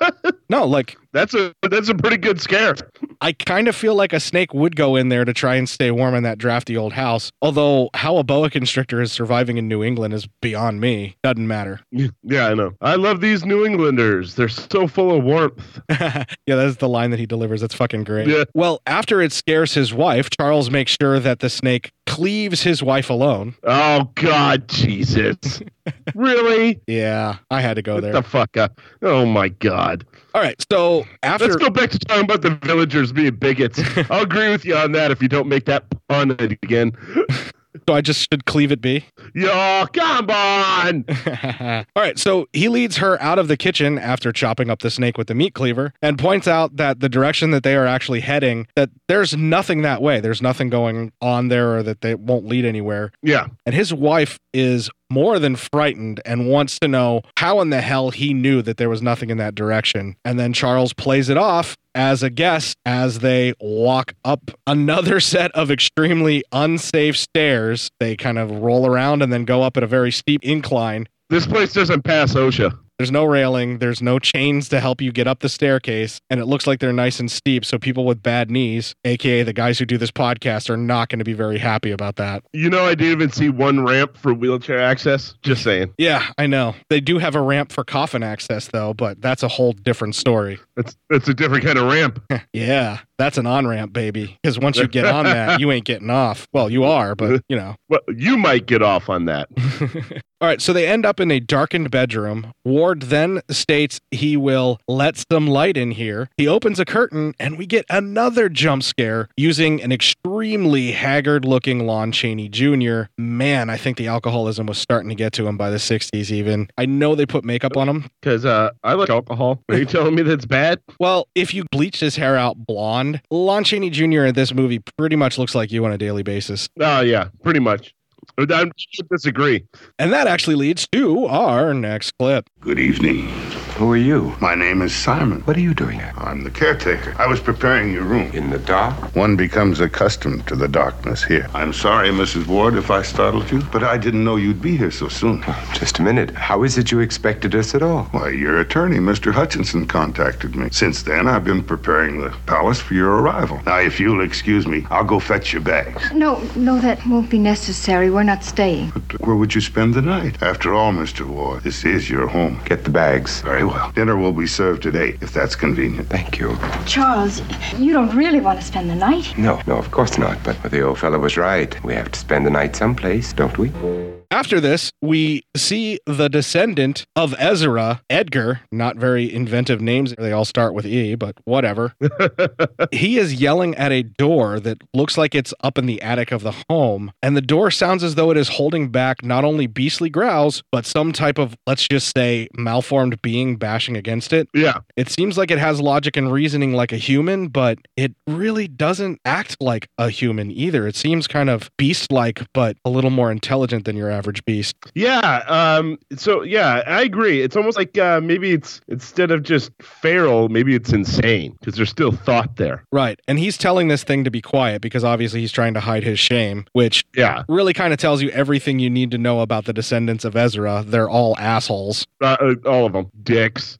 [SPEAKER 3] no, like
[SPEAKER 8] that's a that's a pretty good scare.
[SPEAKER 3] I kind of feel like a snake would go in there to try and stay warm in that drafty old house. Although how a boa constrictor is surviving in New England is beyond me. Doesn't matter.
[SPEAKER 8] Yeah, I know. I love these New Englanders. They're so full of warmth.
[SPEAKER 3] Yeah, that's the line that he delivers. That's fucking great.
[SPEAKER 8] Yeah.
[SPEAKER 3] Well, after it scares his wife, Charles makes sure that the snake cleaves his wife alone.
[SPEAKER 8] Oh God, Jesus! really?
[SPEAKER 3] Yeah, I had to go there.
[SPEAKER 8] the fuck up. Oh my God.
[SPEAKER 3] All right, so after
[SPEAKER 8] let's go back to talking about the villagers being bigots. I'll agree with you on that if you don't make that pun again.
[SPEAKER 3] so I just should cleave it be.
[SPEAKER 8] Yo, come on.
[SPEAKER 3] All right, so he leads her out of the kitchen after chopping up the snake with the meat cleaver and points out that the direction that they are actually heading, that there's nothing that way. There's nothing going on there or that they won't lead anywhere.
[SPEAKER 8] Yeah.
[SPEAKER 3] And his wife is more than frightened and wants to know how in the hell he knew that there was nothing in that direction. And then Charles plays it off as a guest as they walk up another set of extremely unsafe stairs. They kind of roll around and then go up at a very steep incline.
[SPEAKER 8] This place doesn't pass OSHA.
[SPEAKER 3] There's no railing, there's no chains to help you get up the staircase, and it looks like they're nice and steep. So people with bad knees, aka the guys who do this podcast, are not going to be very happy about that.
[SPEAKER 8] You know, I didn't even see one ramp for wheelchair access. Just saying.
[SPEAKER 3] Yeah, I know. They do have a ramp for coffin access though, but that's a whole different story.
[SPEAKER 8] That's that's a different kind of ramp.
[SPEAKER 3] yeah, that's an on-ramp, baby. Because once you get on that, you ain't getting off. Well, you are, but you know.
[SPEAKER 8] Well, you might get off on that.
[SPEAKER 3] All right, so they end up in a darkened bedroom. Ward then states he will let some light in here. He opens a curtain, and we get another jump scare using an extremely haggard looking Lon Chaney Jr. Man, I think the alcoholism was starting to get to him by the 60s, even. I know they put makeup on him.
[SPEAKER 8] Because uh, I like alcohol. Are you telling me that's bad?
[SPEAKER 3] Well, if you bleached his hair out blonde, Lon Chaney Jr. in this movie pretty much looks like you on a daily basis.
[SPEAKER 8] Oh, yeah, pretty much. I I disagree.
[SPEAKER 3] And that actually leads to our next clip.
[SPEAKER 19] Good evening. Who are you? My name is Simon. What are you doing here? I'm the caretaker. I was preparing your room. In the dark? One becomes accustomed to the darkness here. I'm sorry, Mrs. Ward, if I startled you, but I didn't know you'd be here so soon. Just a minute. How is it you expected us at all? Why, your attorney, Mr. Hutchinson, contacted me. Since then, I've been preparing the palace for your arrival. Now, if you'll excuse me, I'll go fetch your bags.
[SPEAKER 14] No, no, that won't be necessary. We're not staying.
[SPEAKER 19] Where would you spend the night? After all, Mr. Ward, this is your home. Get the bags. Very well. Dinner will be served at 8, if that's convenient. Thank you.
[SPEAKER 14] Charles, you don't really want to spend the night.
[SPEAKER 17] No, no, of course not. But the old fellow was right. We have to spend the night someplace, don't we?
[SPEAKER 3] After this, we see the descendant of Ezra, Edgar, not very inventive names. They all start with E, but whatever. he is yelling at a door that looks like it's up in the attic of the home. And the door sounds as though it is holding back not only beastly growls, but some type of, let's just say, malformed being bashing against it.
[SPEAKER 8] Yeah.
[SPEAKER 3] It seems like it has logic and reasoning like a human, but it really doesn't act like a human either. It seems kind of beast like, but a little more intelligent than your average beast.
[SPEAKER 8] Yeah. Um. So yeah, I agree. It's almost like uh, maybe it's instead of just feral, maybe it's insane because there's still thought there.
[SPEAKER 3] Right. And he's telling this thing to be quiet because obviously he's trying to hide his shame, which
[SPEAKER 8] yeah.
[SPEAKER 3] really kind of tells you everything you need to know about the descendants of Ezra. They're all assholes.
[SPEAKER 8] Uh, uh, all of them dicks.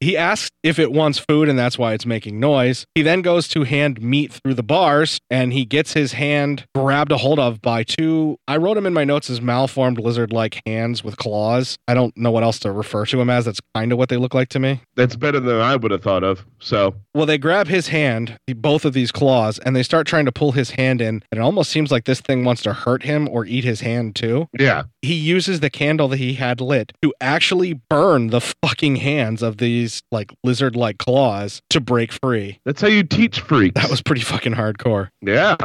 [SPEAKER 3] he asks if it wants food and that's why it's making noise. He then goes to hand meat through the bars and he gets his hand grabbed a hold of by two, I wrote him in my notes as malformed lizard like hands with claws. I don't know what else to refer to him as. That's kind of what they look like to me.
[SPEAKER 8] That's better than I would have thought of. So
[SPEAKER 3] Well, they grab his hand, the- both of these claws, and they start trying to pull his hand in. And it almost seems like this thing wants to hurt him or eat his hand too.
[SPEAKER 8] yeah.
[SPEAKER 3] He uses the candle that he had lit to actually burn the fucking hands of these like lizard like claws to break free.
[SPEAKER 8] That's how you teach freaks.
[SPEAKER 3] That was pretty fucking hardcore.
[SPEAKER 8] Yeah.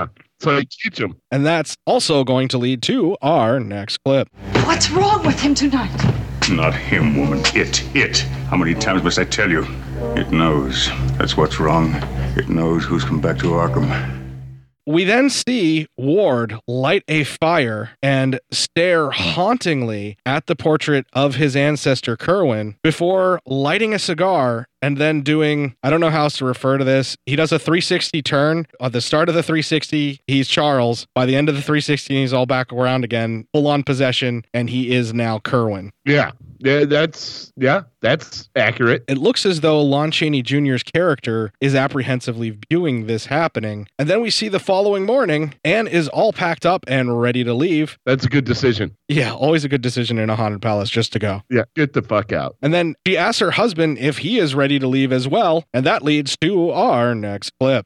[SPEAKER 8] So you teach them.
[SPEAKER 3] And that's also going to lead to our next clip.
[SPEAKER 20] What's wrong with him tonight?
[SPEAKER 12] Not him, woman. It. It. How many times must I tell you? It knows. That's what's wrong. It knows who's come back to Arkham.
[SPEAKER 3] We then see Ward light a fire and stare hauntingly at the portrait of his ancestor Kerwin before lighting a cigar and then doing, I don't know how else to refer to this. He does a 360 turn. At the start of the 360, he's Charles. By the end of the 360, he's all back around again, full on possession, and he is now Kerwin.
[SPEAKER 8] Yeah. Yeah. That's yeah. That's accurate.
[SPEAKER 3] It looks as though Lon Chaney Jr.'s character is apprehensively viewing this happening. And then we see the following morning, Anne is all packed up and ready to leave.
[SPEAKER 8] That's a good decision.
[SPEAKER 3] Yeah, always a good decision in a haunted palace just to go.
[SPEAKER 8] Yeah. Get the fuck out.
[SPEAKER 3] And then she asks her husband if he is ready to leave as well. And that leads to our next clip.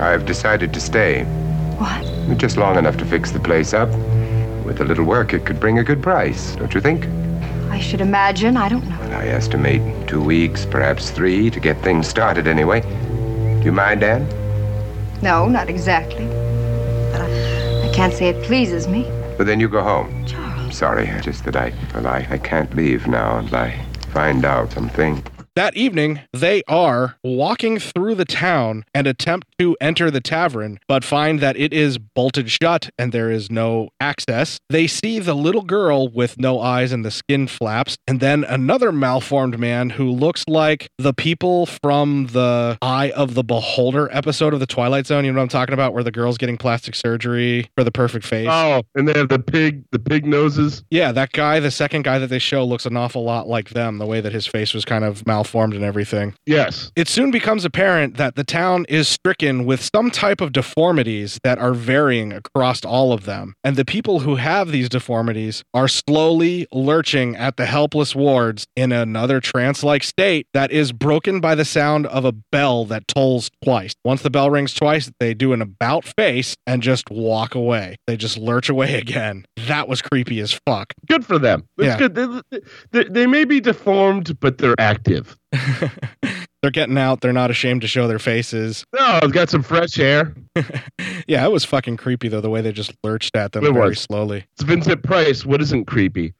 [SPEAKER 17] I've decided to stay. What? Just long enough to fix the place up. With a little work, it could bring a good price, don't you think?
[SPEAKER 14] I should imagine. I don't know.
[SPEAKER 17] And I estimate two weeks, perhaps three, to get things started anyway. Do you mind, Anne?
[SPEAKER 14] No, not exactly. But I, I can't say it pleases me.
[SPEAKER 17] Well, then you go home. Charles. Sorry, just that I, well, I, I can't leave now until I find out something.
[SPEAKER 3] That evening, they are walking through the town and attempt to enter the tavern, but find that it is bolted shut and there is no access. They see the little girl with no eyes and the skin flaps, and then another malformed man who looks like the people from the Eye of the Beholder episode of The Twilight Zone. You know what I'm talking about, where the girl's getting plastic surgery for the perfect face.
[SPEAKER 8] Oh, and they have the pig, the pig noses.
[SPEAKER 3] Yeah, that guy, the second guy that they show, looks an awful lot like them, the way that his face was kind of malformed and everything.
[SPEAKER 8] Yes.
[SPEAKER 3] It soon becomes apparent that the town is stricken with some type of deformities that are varying across all of them. And the people who have these deformities are slowly lurching at the helpless wards in another trance like state that is broken by the sound of a bell that tolls twice. Once the bell rings twice, they do an about face and just walk away. They just lurch away again. That was creepy as fuck.
[SPEAKER 8] Good for them. It's
[SPEAKER 3] Yeah.
[SPEAKER 8] good. They, they, they may be deformed, but they're active.
[SPEAKER 3] They're getting out. They're not ashamed to show their faces.
[SPEAKER 8] No, I've got some fresh hair.
[SPEAKER 3] Yeah, it was fucking creepy though the way they just lurched at them
[SPEAKER 8] It
[SPEAKER 3] very
[SPEAKER 8] was.
[SPEAKER 3] slowly.
[SPEAKER 8] It's Vincent Price. What isn't creepy?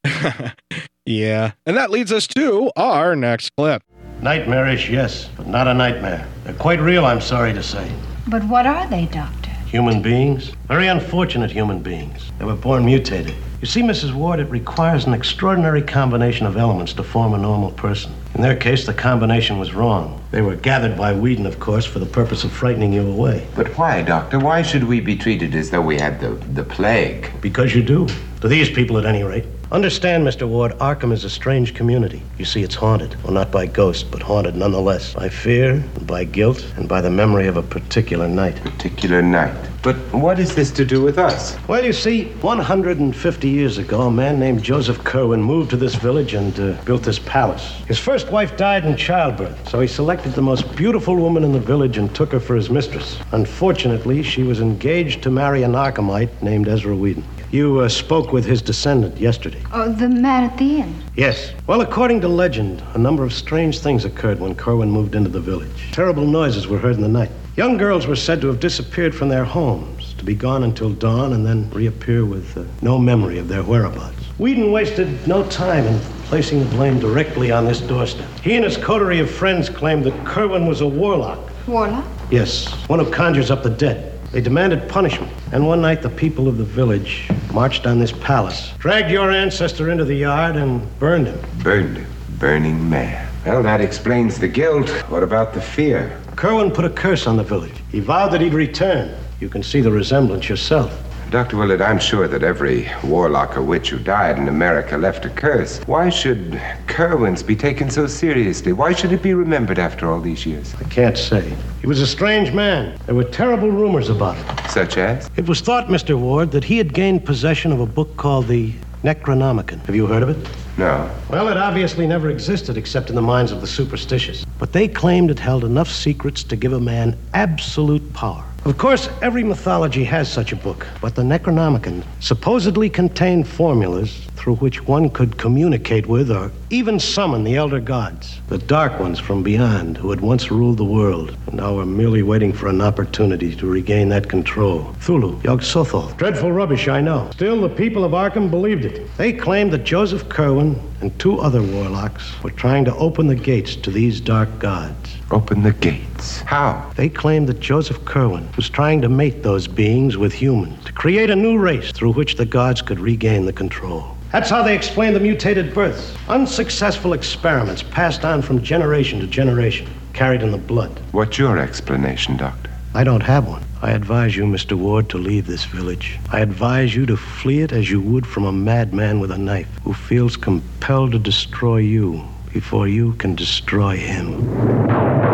[SPEAKER 3] yeah. And that leads us to our next clip.
[SPEAKER 18] Nightmarish, yes, but not a nightmare. They're quite real, I'm sorry to say.
[SPEAKER 20] But what are they, Doctor?
[SPEAKER 18] Human beings? Very unfortunate human beings. They were born mutated. You see, Mrs. Ward, it requires an extraordinary combination of elements to form a normal person. In their case, the combination was wrong. They were gathered by Whedon, of course, for the purpose of frightening you away.
[SPEAKER 21] But why, Doctor? Why should we be treated as though we had the, the plague?
[SPEAKER 18] Because you do. To these people, at any rate. Understand, Mr. Ward, Arkham is a strange community. You see, it's haunted. Well, not by ghosts, but haunted nonetheless. By fear, and by guilt, and by the memory of a particular night. Particular night. But what is this to do with us? Well, you see, 150 years ago, a man named Joseph Kerwin moved to this village and uh, built this palace. His first wife died in childbirth, so he selected the most beautiful woman in the village and took her for his mistress. Unfortunately, she was engaged to marry an Archimite named Ezra Whedon. You uh, spoke with his descendant yesterday.
[SPEAKER 16] Oh, the man at the inn.
[SPEAKER 18] Yes. Well, according to legend, a number of strange things occurred when Kerwin moved into the village. Terrible noises were heard in the night. Young girls were said to have disappeared from their homes, to be gone until dawn, and then reappear with uh, no memory of their whereabouts. Whedon wasted no time in placing the blame directly on this doorstep. He and his coterie of friends claimed that Kerwin was a warlock.
[SPEAKER 16] Warlock?
[SPEAKER 18] Yes, one who conjures up the dead. They demanded punishment. And one night, the people of the village marched on this palace, dragged your ancestor into the yard, and burned him.
[SPEAKER 21] Burned, burning man. Well, that explains the guilt. What about the fear?
[SPEAKER 18] Kerwin put a curse on the village. He vowed that he'd return. You can see the resemblance yourself.
[SPEAKER 21] Dr. Willard, I'm sure that every warlock or witch who died in America left a curse. Why should Kerwin's be taken so seriously? Why should it be remembered after all these years?
[SPEAKER 18] I can't say. He was a strange man. There were terrible rumors about him.
[SPEAKER 21] Such as?
[SPEAKER 18] It was thought, Mr. Ward, that he had gained possession of a book called the Necronomicon. Have you heard of it?
[SPEAKER 21] No.
[SPEAKER 18] Well, it obviously never existed except in the minds of the superstitious. But they claimed it held enough secrets to give a man absolute power. Of course, every mythology has such a book, but the Necronomicon supposedly contained formulas through which one could communicate with or even summon the elder gods, the dark ones from beyond who had once ruled the world and now are merely waiting for an opportunity to regain that control. Thulu, Yog Sothoth. Dreadful rubbish, I know. Still, the people of Arkham believed it. They claimed that Joseph Kerwin and two other warlocks were trying to open the gates to these dark gods.
[SPEAKER 21] Open the gates? How?
[SPEAKER 18] They claimed that Joseph Kerwin was trying to mate those beings with humans, to create a new race through which the gods could regain the control. That's how they explain the mutated births. Unsuccessful experiments passed on from generation to generation, carried in the blood.
[SPEAKER 21] What's your explanation, Doctor?
[SPEAKER 18] I don't have one. I advise you, Mr. Ward, to leave this village. I advise you to flee it as you would from a madman with a knife who feels compelled to destroy you before you can destroy him.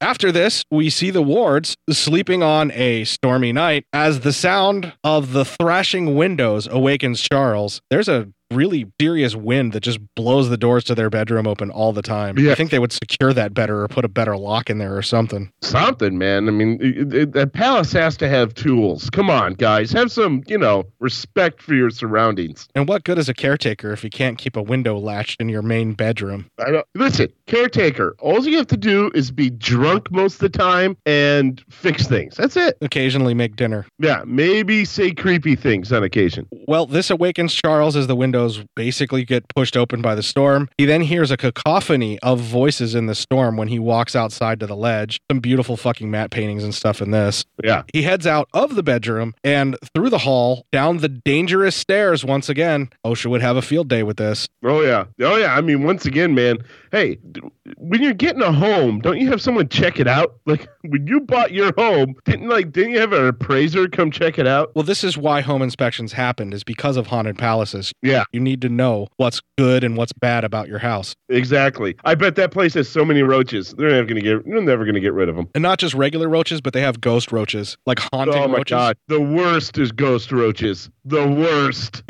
[SPEAKER 3] After this, we see the wards sleeping on a stormy night as the sound of the thrashing windows awakens Charles. There's a really serious wind that just blows the doors to their bedroom open all the time. I
[SPEAKER 8] Yeah.
[SPEAKER 3] think they would secure that better or put a better lock in there or something.
[SPEAKER 8] Something, man. I mean, it, it, the palace has to have tools. Come on, guys. Have some, you know, respect for your surroundings.
[SPEAKER 3] And what good is a caretaker if you can't keep a window latched in your main bedroom?
[SPEAKER 8] I don't, listen, caretaker. All you have to do is be drunk most of the time and fix things. That's it.
[SPEAKER 3] Occasionally make dinner.
[SPEAKER 8] Yeah, maybe say creepy things on occasion.
[SPEAKER 3] Well, this awakens Charles as the windows windows basically get pushed open by the storm. He then hears a cacophony of voices in the storm when he walks outside to the ledge. Some beautiful fucking matte paintings and stuff in this.
[SPEAKER 8] Yeah.
[SPEAKER 3] He heads out of the bedroom and through the hall down the dangerous stairs once again. OSHA would have a field day with this.
[SPEAKER 8] Oh yeah, oh yeah. I mean, once again, man. Hey, d- when you're getting a home, don't you have someone check it out? Like when you bought your home, didn't like didn't you have an appraiser come check it out?
[SPEAKER 3] Well, this is why home inspections happened is because of haunted palaces.
[SPEAKER 8] Yeah.
[SPEAKER 3] You need to know what's good and what's bad about your house.
[SPEAKER 8] Exactly. I bet that place has so many roaches. They're never gonna get. They're never gonna get rid of them.
[SPEAKER 3] And not just regular roaches, but they have ghost roaches, like haunting
[SPEAKER 8] oh my
[SPEAKER 3] roaches.
[SPEAKER 8] god, the worst is ghost roaches. The worst.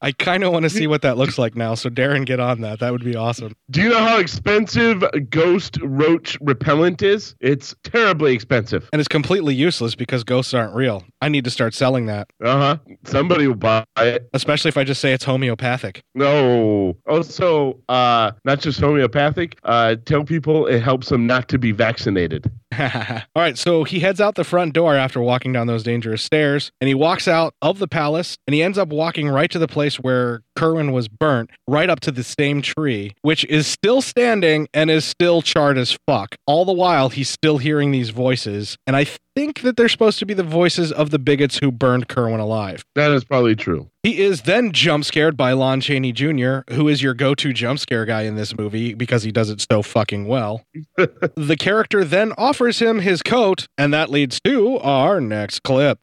[SPEAKER 3] I kind of want to see what that looks like now. So Darren, get on that. That would be awesome.
[SPEAKER 8] Do you know how expensive ghost roach repellent is? It's terribly expensive.
[SPEAKER 3] And it's completely useless because ghosts aren't real. I need to start selling that.
[SPEAKER 8] Uh huh. Somebody will buy it.
[SPEAKER 3] Especially if I just say it's homeopathic.
[SPEAKER 8] No. Also, uh, not just homeopathic. Uh, tell people it helps them not to be vaccinated.
[SPEAKER 3] All right, so he heads out the front door after walking down those dangerous stairs, and he walks out of the palace, and he ends up walking right to the place where Kerwin was burnt, right up to the same tree, which is still standing and is still charred as fuck. All the while, he's still hearing these voices, and I think that they're supposed to be the voices of the bigots who burned Kerwin alive.
[SPEAKER 8] That is probably true.
[SPEAKER 3] He is then jump scared by Lon Chaney Jr., who is your go to jump scare guy in this movie because he does it so fucking well. the character then offers him his coat, and that leads to our next clip.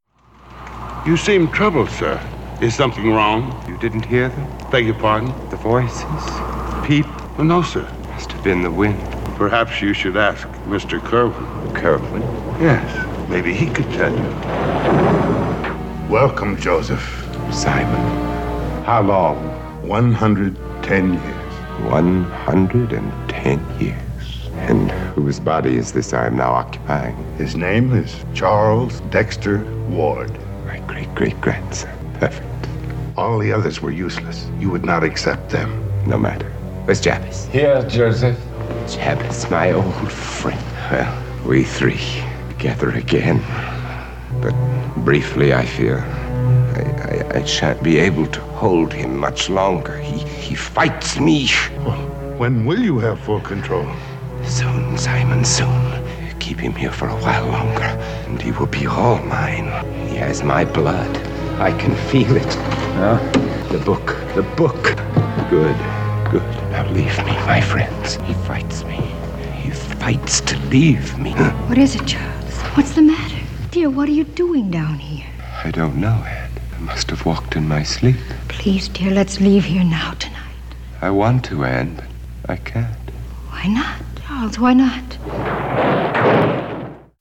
[SPEAKER 19] You seem troubled, sir. Is something wrong?
[SPEAKER 1] You didn't hear them?
[SPEAKER 19] Beg your pardon? Oh,
[SPEAKER 1] The voices? Peep?
[SPEAKER 19] No, sir.
[SPEAKER 1] Must have been the wind.
[SPEAKER 19] Perhaps you should ask Mr. Kerwin.
[SPEAKER 1] Kerwin?
[SPEAKER 19] Yes. Maybe he could tell you. Welcome, Joseph.
[SPEAKER 1] Simon.
[SPEAKER 19] How long? 110 years.
[SPEAKER 1] 110 years. And whose body is this I am now occupying?
[SPEAKER 19] His name is Charles Dexter Ward.
[SPEAKER 1] My great great grandson. Perfect.
[SPEAKER 19] All the others were useless. You would not accept them.
[SPEAKER 1] No matter. Where's Jabez?
[SPEAKER 22] Here, Joseph.
[SPEAKER 1] Jabez, my old friend. Well, we three together again. But briefly, I fear I, I, I shan't be able to hold him much longer. He, he fights me.
[SPEAKER 19] When will you have full control?
[SPEAKER 1] Soon, Simon, soon. Keep him here for a while longer, and he will be all mine. He has my blood. I can feel it. Huh? The book, the book. Good, good. Now leave me, my friends. He fights me. He fights to leave me.
[SPEAKER 16] What is it, Charles? What's the matter? Dear, what are you doing down here?
[SPEAKER 1] I don't know, Anne. I must have walked in my sleep.
[SPEAKER 16] Please, dear, let's leave here now tonight.
[SPEAKER 1] I want to, Anne, but I can't.
[SPEAKER 16] Why not, Charles? Why not?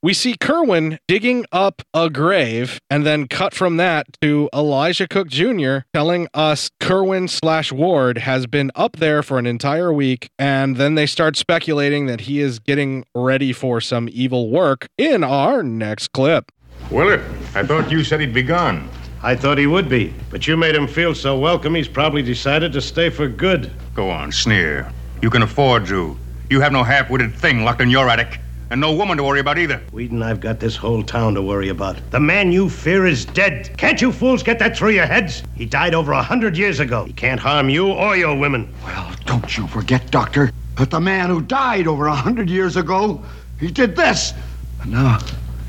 [SPEAKER 3] We see Kerwin digging up a grave and then cut from that to Elijah Cook Jr. telling us Kerwin slash Ward has been up there for an entire week. And then they start speculating that he is getting ready for some evil work in our next clip.
[SPEAKER 12] Willard, I thought you said he'd be gone.
[SPEAKER 18] I thought he would be, but you made him feel so welcome he's probably decided to stay for good.
[SPEAKER 12] Go on, sneer. You can afford to. You have no half witted thing locked in your attic, and no woman to worry about either.
[SPEAKER 18] Whedon, I've got this whole town to worry about. The man you fear is dead. Can't you fools get that through your heads? He died over a hundred years ago. He can't harm you or your women.
[SPEAKER 4] Don't you forget, Doctor, that the man who died over a hundred years ago, he did this. And now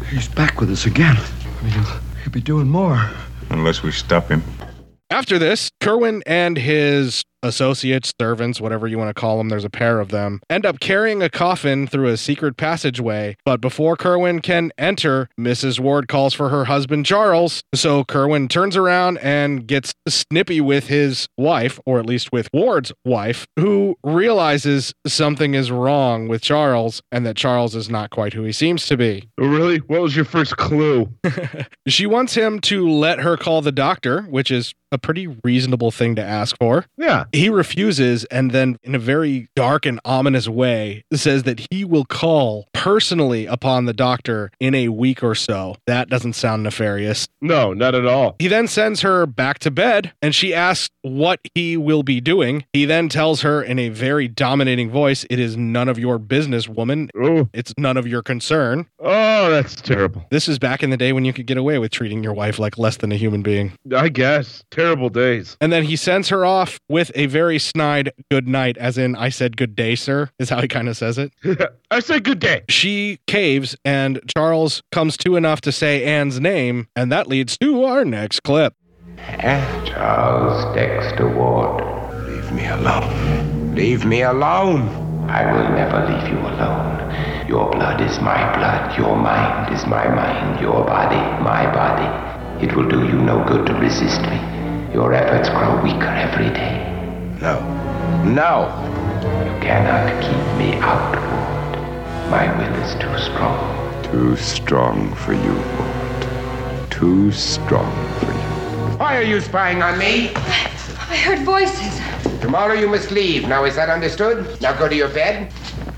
[SPEAKER 4] he's back with us again. I mean, he'll, he'll be doing more.
[SPEAKER 12] Unless we stop him.
[SPEAKER 3] After this, Kerwin and his associates, servants, whatever you want to call them, there's a pair of them, end up carrying a coffin through a secret passageway. But before Kerwin can enter, Mrs. Ward calls for her husband, Charles. So Kerwin turns around and gets snippy with his wife, or at least with Ward's wife, who realizes something is wrong with Charles and that Charles is not quite who he seems to be.
[SPEAKER 8] Really? What was your first clue?
[SPEAKER 3] She wants him to let her call the doctor, which is a pretty reasonable thing to ask for.
[SPEAKER 8] Yeah.
[SPEAKER 3] He refuses, and then, in a very dark and ominous way, says that he will call personally upon the doctor in a week or so. That doesn't sound nefarious.
[SPEAKER 8] No, not at all.
[SPEAKER 3] He then sends her back to bed, and she asks what he will be doing. He then tells her in a very dominating voice, It is none of your business, woman. It's none of your concern.
[SPEAKER 8] Oh, that's terrible.
[SPEAKER 3] This is back in the day when you could get away with treating your wife like less than a human being.
[SPEAKER 8] I guess. Terrible days.
[SPEAKER 3] And then he sends her off with a very snide good night, as in, I said good day, sir, is how he kind of says it.
[SPEAKER 8] I said good day.
[SPEAKER 3] She caves, and Charles comes to enough to say Anne's name, and that leads to our next clip.
[SPEAKER 1] Charles Dexter Ward. Leave me alone. Leave me alone. I will never leave you alone. Your blood is my blood. Your mind is my mind. Your body, my body. It will do you no good to resist me. Your efforts grow weaker every day. No. No! You cannot keep me out, Ward. My will is too strong.
[SPEAKER 17] Too strong for you, Ward. Too strong.
[SPEAKER 1] Why are you spying on me?
[SPEAKER 23] I heard voices.
[SPEAKER 1] Tomorrow you must leave. Now, is that understood? Now go to your bed.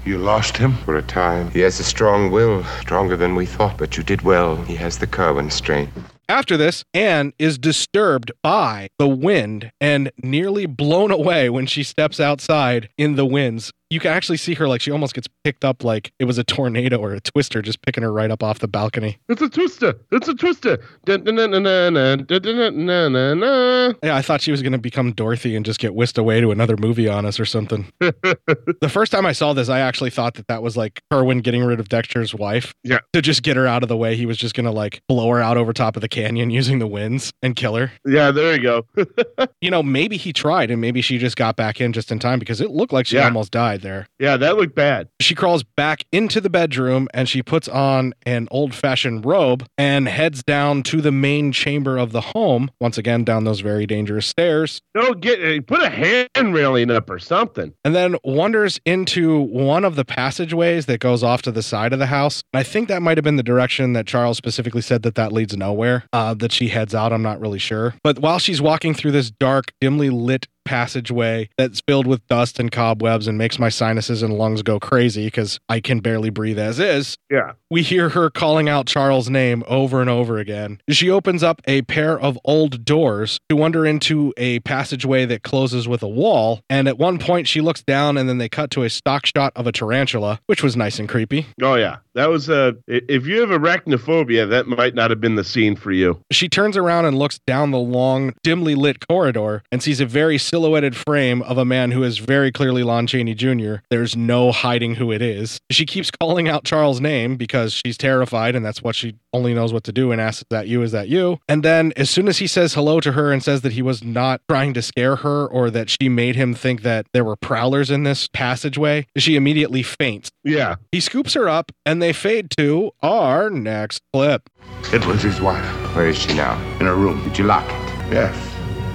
[SPEAKER 17] You lost him? For a time. He has a strong will, stronger than we thought, but you did well. He has the Kerwin strain.
[SPEAKER 3] After this, Anne is disturbed by the wind and nearly blown away when she steps outside in the winds. You can actually see her like she almost gets picked up like it was a tornado or a twister just picking her right up off the balcony.
[SPEAKER 8] It's a twister. It's a twister. Dun-dun-dun-dun-dun, dun-dun-dun-dun-dun.
[SPEAKER 3] Yeah, I thought she was going to become Dorothy and just get whisked away to another movie on us or something. the first time I saw this, I actually thought that that was like Kerwin getting rid of Dexter's wife.
[SPEAKER 8] Yeah.
[SPEAKER 3] To just get her out of the way, he was just going to like blow her out over top of the canyon using the winds and kill her.
[SPEAKER 8] Yeah, there you go.
[SPEAKER 3] you know, maybe he tried and maybe she just got back in just in time because it looked like she
[SPEAKER 8] Yeah.
[SPEAKER 3] almost died there.
[SPEAKER 8] Yeah, that looked bad.
[SPEAKER 3] She crawls back into the bedroom and she puts on an old fashioned robe and heads down to the main chamber of the home, once again down those very dangerous stairs.
[SPEAKER 8] No, get put a hand railing up or something.
[SPEAKER 3] And then wanders into one of the passageways that goes off to the side of the house. And I think that might have been the direction that Charles specifically said that that leads nowhere, uh, that she heads out. I'm not really sure. But while she's walking through this dark, dimly lit passageway that's filled with dust and cobwebs and makes my sinuses and lungs go crazy because I can barely breathe as is,
[SPEAKER 8] Yeah.
[SPEAKER 3] we hear her calling out Charles' name over and over again. She opens up a pair of old doors to wander into a passageway that closes with a wall. And at one point, she looks down, and then they cut to a stock shot of a tarantula, which was nice and creepy.
[SPEAKER 8] Oh yeah, that was uh, i- if you have arachnophobia, that might not have been the scene for you.
[SPEAKER 3] She turns around and looks down the long, dimly lit corridor and sees a very silhouetted frame of a man who is very clearly Lon Chaney Jr. There's no hiding who it is. She keeps calling out Charles' name because she's terrified and that's what she only knows what to do and asks, Is that you? Is that you? And then as soon as he says hello to her and says that he was not trying to scare her or that she made him think that there were prowlers in this passageway, she immediately faints.
[SPEAKER 8] Yeah.
[SPEAKER 3] He scoops her up and they fade to our next clip.
[SPEAKER 17] It was his wife. Where is she now? In her room. Did you lock it? Yes.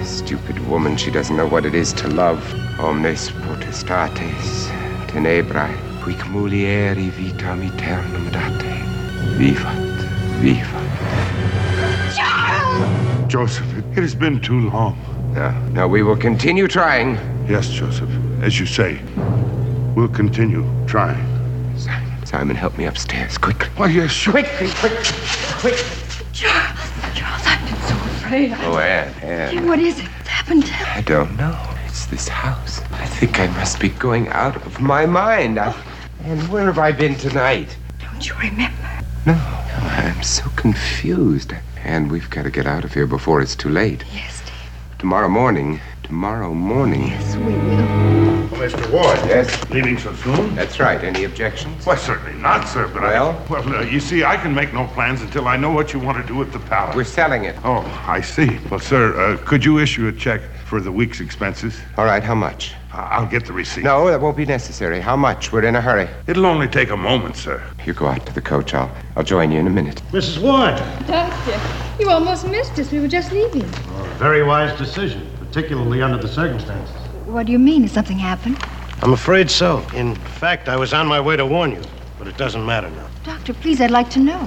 [SPEAKER 17] Stupid woman, she doesn't know what it is to love. Omnes potestates tenebrae, quic mulieri vitam aeternam date. Vivat, vivat.
[SPEAKER 19] Joseph, it, it has been too long.
[SPEAKER 1] No, no, we will continue trying.
[SPEAKER 19] Yes, Joseph, as you say. We'll continue trying. Simon,
[SPEAKER 1] Simon, help me upstairs, quickly.
[SPEAKER 19] Why, yes, sure.
[SPEAKER 1] Quickly, quick, quick.
[SPEAKER 16] Charles, I've been so afraid. I-
[SPEAKER 1] Oh, Anne,
[SPEAKER 16] Hey,
[SPEAKER 1] Anne.
[SPEAKER 16] what is it? What's happened?
[SPEAKER 1] I don't know. It's this house. I think I must be going out of my mind. I, and where have I been tonight?
[SPEAKER 16] Don't you remember?
[SPEAKER 1] I'm so confused. And we've got to get out of here before it's too late.
[SPEAKER 16] Yes,
[SPEAKER 1] Tomorrow morning. Tomorrow morning. Yes,
[SPEAKER 16] we will.
[SPEAKER 19] Mr. Oh, Ward.
[SPEAKER 1] Yes?
[SPEAKER 19] Leaving so soon?
[SPEAKER 1] That's right. Any objections?
[SPEAKER 19] Why, certainly not, sir, but
[SPEAKER 1] Well?
[SPEAKER 19] I. Well, uh, you see, I can make no plans until I know what you want to do with the palace.
[SPEAKER 1] We're selling it.
[SPEAKER 19] Oh, I see. Well, sir, uh, could you issue a check for the week's expenses? Uh,
[SPEAKER 1] All right, how much?
[SPEAKER 19] I'll get the receipt.
[SPEAKER 1] No, that won't be necessary. How much? We're in a hurry.
[SPEAKER 19] It'll only take a moment, sir.
[SPEAKER 1] You go out to the coach. I'll, I'll join you in a minute.
[SPEAKER 18] Mrs. Ward,
[SPEAKER 24] Doctor, you almost missed us. We were just leaving.
[SPEAKER 18] a very wise decision, particularly under the circumstances.
[SPEAKER 23] What do you mean? Has something happened?
[SPEAKER 18] I'm afraid so. In fact, I was on my way to warn you, but it doesn't matter now.
[SPEAKER 23] Doctor, please, I'd like to know.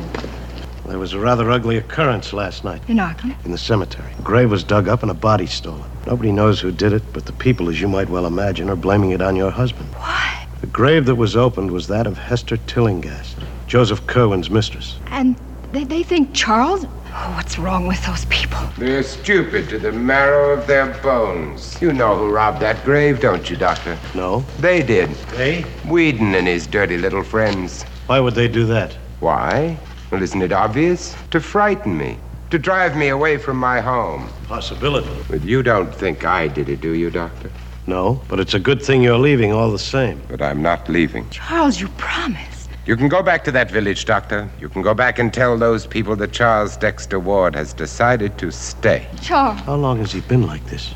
[SPEAKER 18] There was a rather ugly occurrence last night
[SPEAKER 14] In Arkham?
[SPEAKER 18] in the cemetery. A grave was dug up and a body stolen. Nobody knows who did it, but the people, as you might well imagine, are blaming it on your husband. Why? The grave that was opened was that of Hester Tillinghast, Joseph Kerwin's mistress.
[SPEAKER 14] And they, they think Charles? Oh, what's wrong with those people?
[SPEAKER 1] They're stupid to the marrow of their bones. You know who robbed that grave, don't you, Doctor?
[SPEAKER 18] No.
[SPEAKER 1] They did.
[SPEAKER 18] They?
[SPEAKER 1] Whedon and his dirty little friends.
[SPEAKER 18] Why would they do that?
[SPEAKER 1] Why? Well, isn't it obvious? To frighten me. To drive me away from my home.
[SPEAKER 18] Possibility.
[SPEAKER 1] But you don't think I did it, do you, Doctor?
[SPEAKER 18] No, but it's a good thing you're leaving all the same.
[SPEAKER 1] But I'm not leaving.
[SPEAKER 14] Charles, you promised.
[SPEAKER 1] You can go back to that village, Doctor. You can go back and tell those people that Charles Dexter Ward has decided to stay.
[SPEAKER 14] Charles,
[SPEAKER 18] How long has he been like this?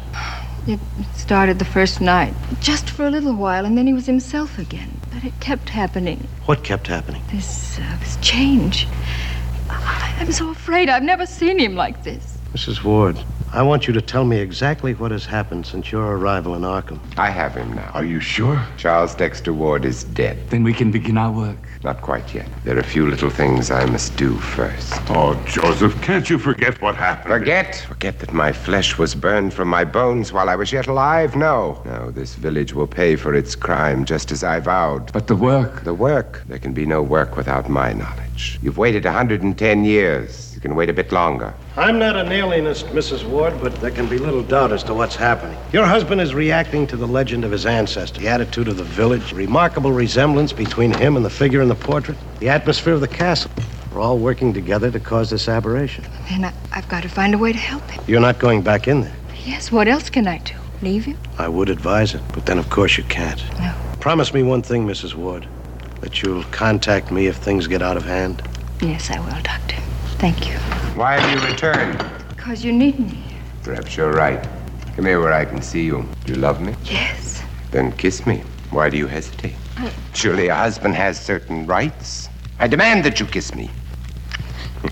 [SPEAKER 14] it started the first night, just for a little while, and then he was himself again. But it kept happening.
[SPEAKER 18] What kept happening?
[SPEAKER 14] This, uh, this change. I, I'm so afraid. I've never seen him like this.
[SPEAKER 18] Mrs. Ward, I want you to tell me exactly what has happened since your arrival in Arkham.
[SPEAKER 1] I have him now. Are you sure? Charles Dexter Ward is dead.
[SPEAKER 7] Then we can begin our work.
[SPEAKER 1] Not quite yet. There are a few little things I must do first.
[SPEAKER 19] Oh, Joseph, can't you forget what happened?
[SPEAKER 1] Forget? Forget that my flesh was burned from my bones while I was yet alive? No. No, this village will pay for its crime just as I vowed.
[SPEAKER 7] But the work?
[SPEAKER 1] The work. There can be no work without my knowledge. You've waited 110 years. You can wait a bit longer.
[SPEAKER 18] I'm not an alienist, Mrs. Ward, but there can be little doubt as to what's happening. Your husband is reacting to the legend of his ancestor, the attitude of the village, remarkable resemblance between him and the figure in the portrait, the atmosphere of the castle. We're all working together to cause this aberration.
[SPEAKER 14] Then I, I've got to find a way to help him.
[SPEAKER 18] You're not going back in there.
[SPEAKER 14] Yes, what else can I do? Leave him?
[SPEAKER 18] I would advise it, but then of course you can't.
[SPEAKER 14] No.
[SPEAKER 18] Promise me one thing, Mrs. Ward, that you'll contact me if things get out of hand.
[SPEAKER 14] Yes, I will, Doctor. Thank you.
[SPEAKER 1] Why have you returned?
[SPEAKER 14] Because you need me.
[SPEAKER 1] Perhaps you're right. Come here where I can see you. You love me?
[SPEAKER 14] Yes.
[SPEAKER 1] Then kiss me. Why do you hesitate?
[SPEAKER 14] I-
[SPEAKER 1] Surely a husband has certain rights. I demand that you kiss me.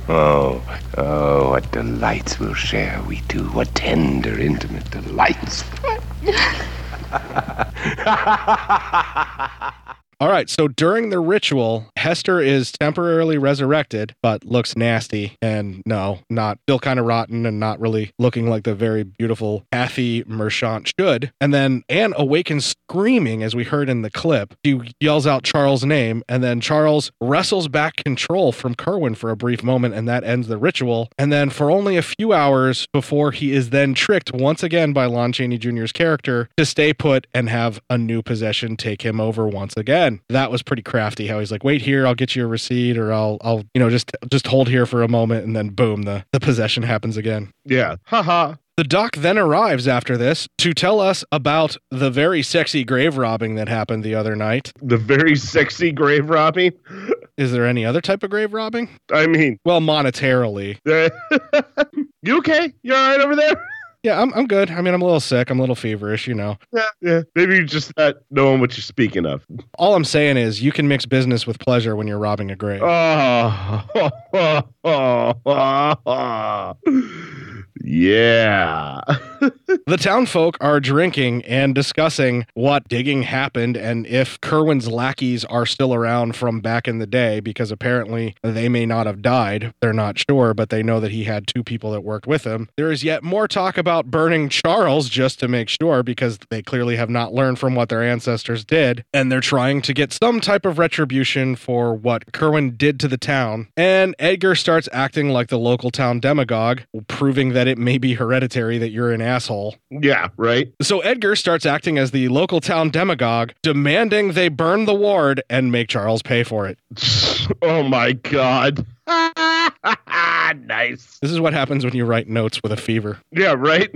[SPEAKER 1] Oh, oh, what delights we'll share, we two. What tender, intimate delights.
[SPEAKER 3] All right, so during the ritual, Hester is temporarily resurrected, but looks nasty and no, not still kind of rotten and not really looking like the very beautiful Kathy Merchant should. And then Anne awakens screaming, as we heard in the clip. She yells out Charles' name, and then Charles wrestles back control from Kerwin for a brief moment, and that ends the ritual. And then for only a few hours before he is then tricked once again by Lon Chaney Jr.'s character to stay put and have a new possession take him over once again. That was pretty crafty. How he's like, wait here, I'll get you a receipt, or I'll, I'll, you know, just just hold here for a moment, and then boom, the the possession happens again.
[SPEAKER 8] Yeah. Haha.
[SPEAKER 3] The doc then arrives after this to tell us about the very sexy grave robbing that happened the other night.
[SPEAKER 8] The very sexy grave robbing?
[SPEAKER 3] Is there any other type of grave robbing?
[SPEAKER 8] I mean,
[SPEAKER 3] well, monetarily.
[SPEAKER 8] you okay? You all right over there?
[SPEAKER 3] Yeah, I'm, I'm good. I mean, I'm a little sick. I'm a little feverish, you know.
[SPEAKER 8] Yeah, yeah. Maybe you're just not knowing what you're speaking of.
[SPEAKER 3] All I'm saying is you can mix business with pleasure when you're robbing a grave.
[SPEAKER 8] Oh. yeah.
[SPEAKER 3] the townfolk are drinking and discussing what digging happened and if Kerwin's lackeys are still around from back in the day, because apparently they may not have died. They're not sure, but they know that he had two people that worked with him. There is yet more talk about burning Charles just to make sure, because they clearly have not learned from what their ancestors did, and they're trying to get some type of retribution for what Kerwin did to the town. And Edgar starts acting like the local town demagogue, proving that it may be hereditary that you're an asshole.
[SPEAKER 8] Yeah, right?
[SPEAKER 3] So Edgar starts acting as the local town demagogue, demanding they burn the ward and make Charles pay for it.
[SPEAKER 8] Oh my god. nice.
[SPEAKER 3] This is what happens when you write notes with a fever.
[SPEAKER 8] Yeah, right?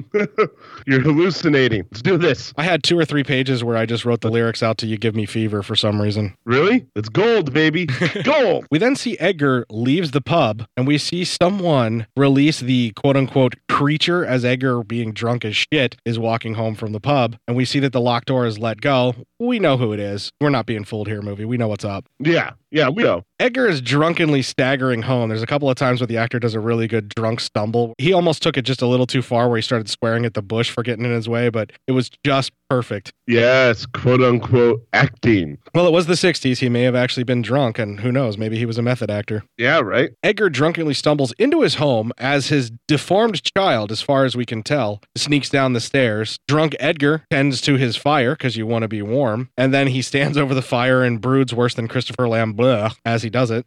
[SPEAKER 8] You're hallucinating. Let's do this.
[SPEAKER 3] I had two or three pages where I just wrote the lyrics out to You Give Me Fever for some reason.
[SPEAKER 8] Really? It's gold, baby. Gold.
[SPEAKER 3] we then see Edgar leaves the pub and we see someone release the quote unquote creature as Edgar, being drunk as shit, is walking home from the pub. And we see that the locked door is let go. We know who it is. We're not being fooled here, movie. We know what's up.
[SPEAKER 8] Yeah, yeah, we know.
[SPEAKER 3] Edgar is drunkenly staggering home. There's a couple of times where the actor does a really good drunk stumble. He almost took it just a little too far where he started swearing at the bush for getting in his way, but it was just Perfect.
[SPEAKER 8] Yes, quote unquote acting.
[SPEAKER 3] Well, it was the 60s. He may have actually been drunk, and who knows? Maybe he was a method actor.
[SPEAKER 8] Yeah, right.
[SPEAKER 3] Edgar drunkenly stumbles into his home as his deformed child, as far as we can tell, sneaks down the stairs. Drunk Edgar tends to his fire because you want to be warm, and then he stands over the fire and broods worse than Christopher Lambert as he does it.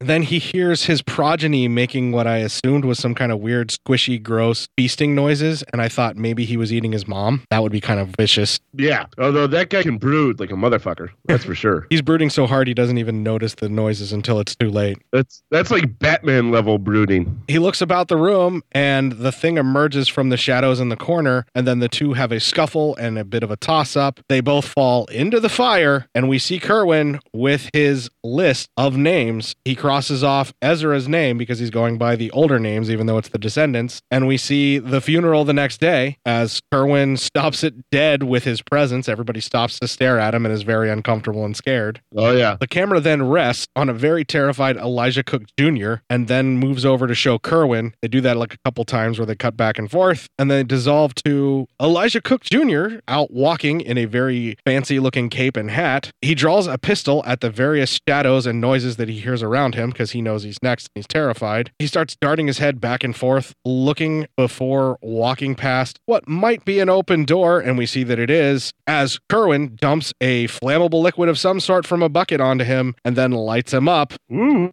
[SPEAKER 3] then he hears his progeny making what I assumed was some kind of weird, squishy, gross feasting noises, and I thought maybe he was eating his mom. That would be kind of vicious.
[SPEAKER 8] Yeah. Although that guy can brood like a motherfucker. That's for sure.
[SPEAKER 3] He's brooding so hard he doesn't even notice the noises until it's too late.
[SPEAKER 8] That's that's like Batman level brooding.
[SPEAKER 3] He looks about the room and the thing emerges from the shadows in the corner, and then the two have a scuffle and a bit of a toss up. They both fall into the fire, and we see Kerwin with his list of names. He crosses off Ezra's name because he's going by the older names, even though it's the descendants. And we see the funeral the next day as Kerwin stops it dead with his presence. Everybody stops to stare at him and is very uncomfortable and scared.
[SPEAKER 8] Oh yeah.
[SPEAKER 3] The camera then rests on a very terrified Elijah Cook Jr. and then moves over to show Kerwin. They do that like a couple times where they cut back and forth and then dissolve to Elijah Cook Jr. out walking in a very fancy looking cape and hat. He draws a pistol at the various shadows and noises that he hears around him because he knows he's next and he's terrified. He starts darting his head back and forth, looking before walking past what might be an open door, and we see that it is as Kerwin dumps a flammable liquid of some sort from a bucket onto him and then lights him up.
[SPEAKER 8] Ooh,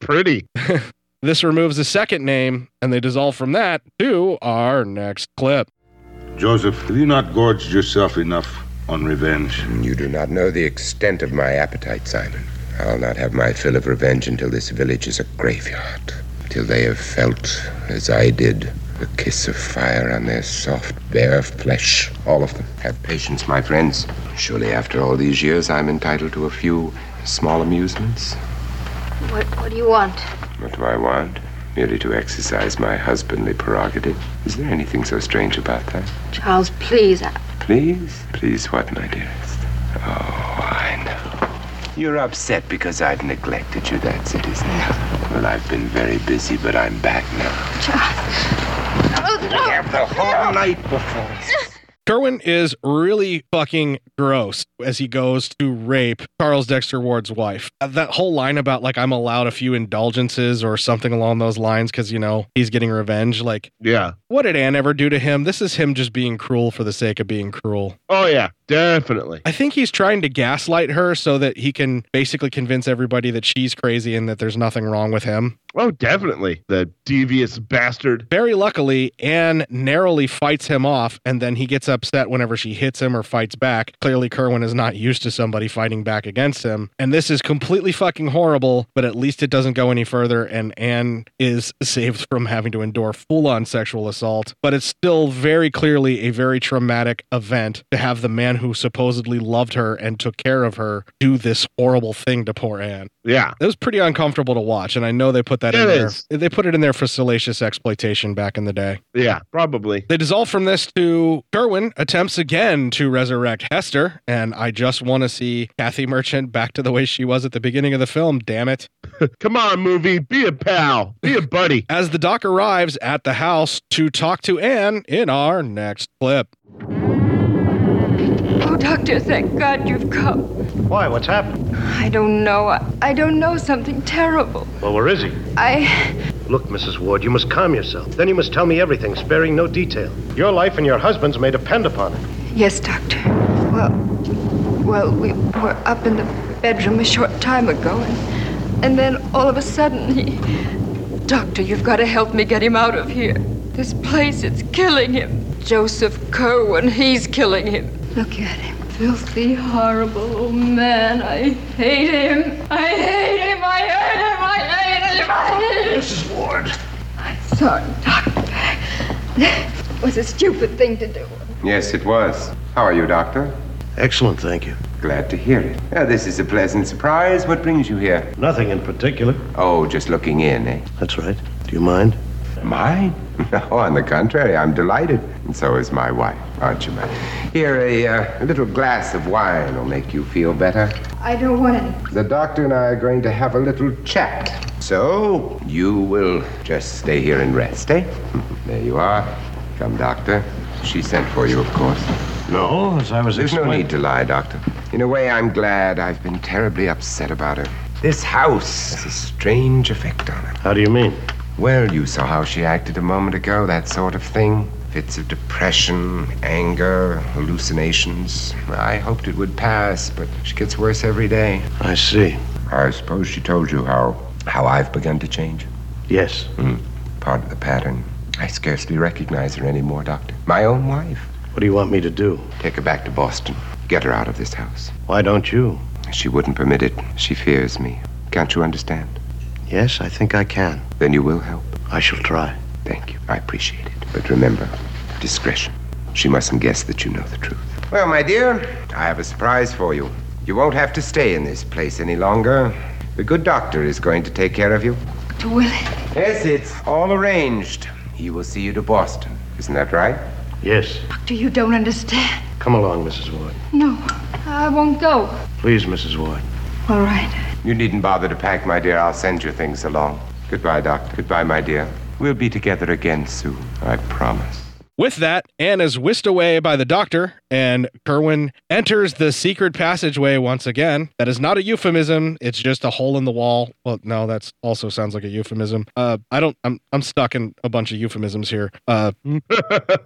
[SPEAKER 8] pretty.
[SPEAKER 3] this removes the second name, and they dissolve from that to our next clip.
[SPEAKER 11] Joseph, have you not gorged yourself enough on revenge?
[SPEAKER 1] You do not know the extent of my appetite, Simon. I'll not have my fill of revenge until this village is a graveyard. Till they have felt, as I did, the kiss of fire on their soft, bare flesh. All of them. Have patience, my friends. Surely after all these years, I'm entitled to a few small amusements.
[SPEAKER 16] What, what do you want?
[SPEAKER 1] What do I want? Merely to exercise my husbandly prerogative. Is there anything so strange about that?
[SPEAKER 16] Charles, please. I,
[SPEAKER 1] Please? Please, what, my dearest? Oh, I know. You're upset because I've neglected you, that's it, isn't it? Well, I've been very busy, but I'm back now. We have the whole night before us.
[SPEAKER 3] Kerwin is really fucking gross as he goes to rape Charles Dexter Ward's wife. Uh, That whole line about, like, I'm allowed a few indulgences or something along those lines because, you know, he's getting revenge. Like,
[SPEAKER 8] Yeah.
[SPEAKER 3] what did Anne ever do to him? This is him just being cruel for the sake of being cruel.
[SPEAKER 8] Oh yeah, definitely.
[SPEAKER 3] I think he's trying to gaslight her so that he can basically convince everybody that she's crazy and that there's nothing wrong with him.
[SPEAKER 8] Oh, definitely. The devious bastard.
[SPEAKER 3] Very luckily, Anne narrowly fights him off, and then he gets upset whenever she hits him or fights back. Clearly, Kerwin is not used to somebody fighting back against him. And this is completely fucking horrible, but at least it doesn't go any further, and Anne is saved from having to endure full on sexual assault. But it's still very clearly a very traumatic event to have the man who supposedly loved her and took care of her do this horrible thing to poor Anne.
[SPEAKER 8] Yeah.
[SPEAKER 3] It was pretty uncomfortable to watch, and I know they put that
[SPEAKER 8] It
[SPEAKER 3] in there.
[SPEAKER 8] is.
[SPEAKER 3] They put it in there for salacious exploitation back in the day.
[SPEAKER 8] Yeah, probably.
[SPEAKER 3] They dissolve from this to Kerwin attempts again to resurrect Hester, and I just want to see Kathy Merchant back to the way she was at the beginning of the film, damn it.
[SPEAKER 8] Come on, movie, be a pal, be a buddy.
[SPEAKER 3] As the doc arrives at the house to talk to Anne in our next clip.
[SPEAKER 16] oh, doctor, thank God you've come.
[SPEAKER 18] Why? What's happened?
[SPEAKER 16] I don't know. I, I don't know something terrible.
[SPEAKER 18] Well, where is he?
[SPEAKER 16] I.
[SPEAKER 18] Look, Mrs. Ward, you must calm yourself. Then you must tell me everything, sparing no detail. Your life and your husband's may depend upon it.
[SPEAKER 16] Yes, doctor. Well, well, we were up in the bedroom a short time ago, and and then all of a sudden he. Doctor, you've got to help me get him out of here. This place, it's killing him. Joseph Kerwin, he's killing him.
[SPEAKER 14] Look at him.
[SPEAKER 16] Filthy, horrible old man. I hate him. I hate him. I hate him. I hate him. I hate him. Mrs. Ward. I'm sorry, Doctor. That was a stupid thing to do.
[SPEAKER 1] Yes, it was. How are you, Doctor?
[SPEAKER 18] Excellent, thank you.
[SPEAKER 1] Glad to hear it. Oh, this is a pleasant surprise. What brings you here?
[SPEAKER 18] Nothing in particular.
[SPEAKER 1] Oh, just looking in, eh?
[SPEAKER 18] That's right. Do you mind?
[SPEAKER 1] Mind? No, on the contrary, I'm delighted. And so is my wife, aren't you, madam? Here, a uh, little glass of wine will make you feel better.
[SPEAKER 14] I don't want any.
[SPEAKER 1] The doctor and I are going to have a little chat. So, you will just stay here and rest, eh? There you are. Come, doctor. She sent for you, of course.
[SPEAKER 25] No, as I was
[SPEAKER 1] There's no
[SPEAKER 25] explain-
[SPEAKER 1] need to lie, Doctor. In a way, I'm glad I've been terribly upset about her. This house has a strange effect on her. How do you mean? Well, you saw how she acted a moment ago, that sort of thing. Fits of depression, anger, hallucinations. I hoped it would pass, but she gets worse every day.
[SPEAKER 26] I see.
[SPEAKER 1] I suppose she told you how how I've begun to change. Hmm.
[SPEAKER 26] Yes.
[SPEAKER 1] Part of the pattern. I scarcely recognize her anymore, Doctor. My own wife. What do you want me to do? Take her back to Boston. Get her out of this house.
[SPEAKER 26] Why don't you?
[SPEAKER 1] She wouldn't permit it. She fears me. Can't you understand?
[SPEAKER 26] Yes, I think I can.
[SPEAKER 1] Then you will help.
[SPEAKER 26] I shall try.
[SPEAKER 1] Thank you. I appreciate it. But remember, discretion. She mustn't guess that you know the truth. Well, my dear, I have a surprise for you. You won't have to stay in this place any longer. The good doctor is going to take care of you.
[SPEAKER 16] Will
[SPEAKER 1] Yes, it's all arranged. He will see you to Boston. Isn't that right? Yes.
[SPEAKER 16] Doctor, you don't understand.
[SPEAKER 26] Come along, Mrs. Ward.
[SPEAKER 16] No, I won't go.
[SPEAKER 1] Please, Mrs. Ward.
[SPEAKER 16] All right.
[SPEAKER 1] You needn't bother to pack, my dear. I'll send your things along. Goodbye, Doctor. Goodbye, my dear. We'll be together again soon. I promise.
[SPEAKER 3] With that, Anne is whisked away by the doctor, and Kerwin enters the secret passageway once again. That is not a euphemism; it's just a hole in the wall. Well, no, that's also sounds like a euphemism. Uh, I don't. I'm I'm stuck in a bunch of euphemisms here. Uh,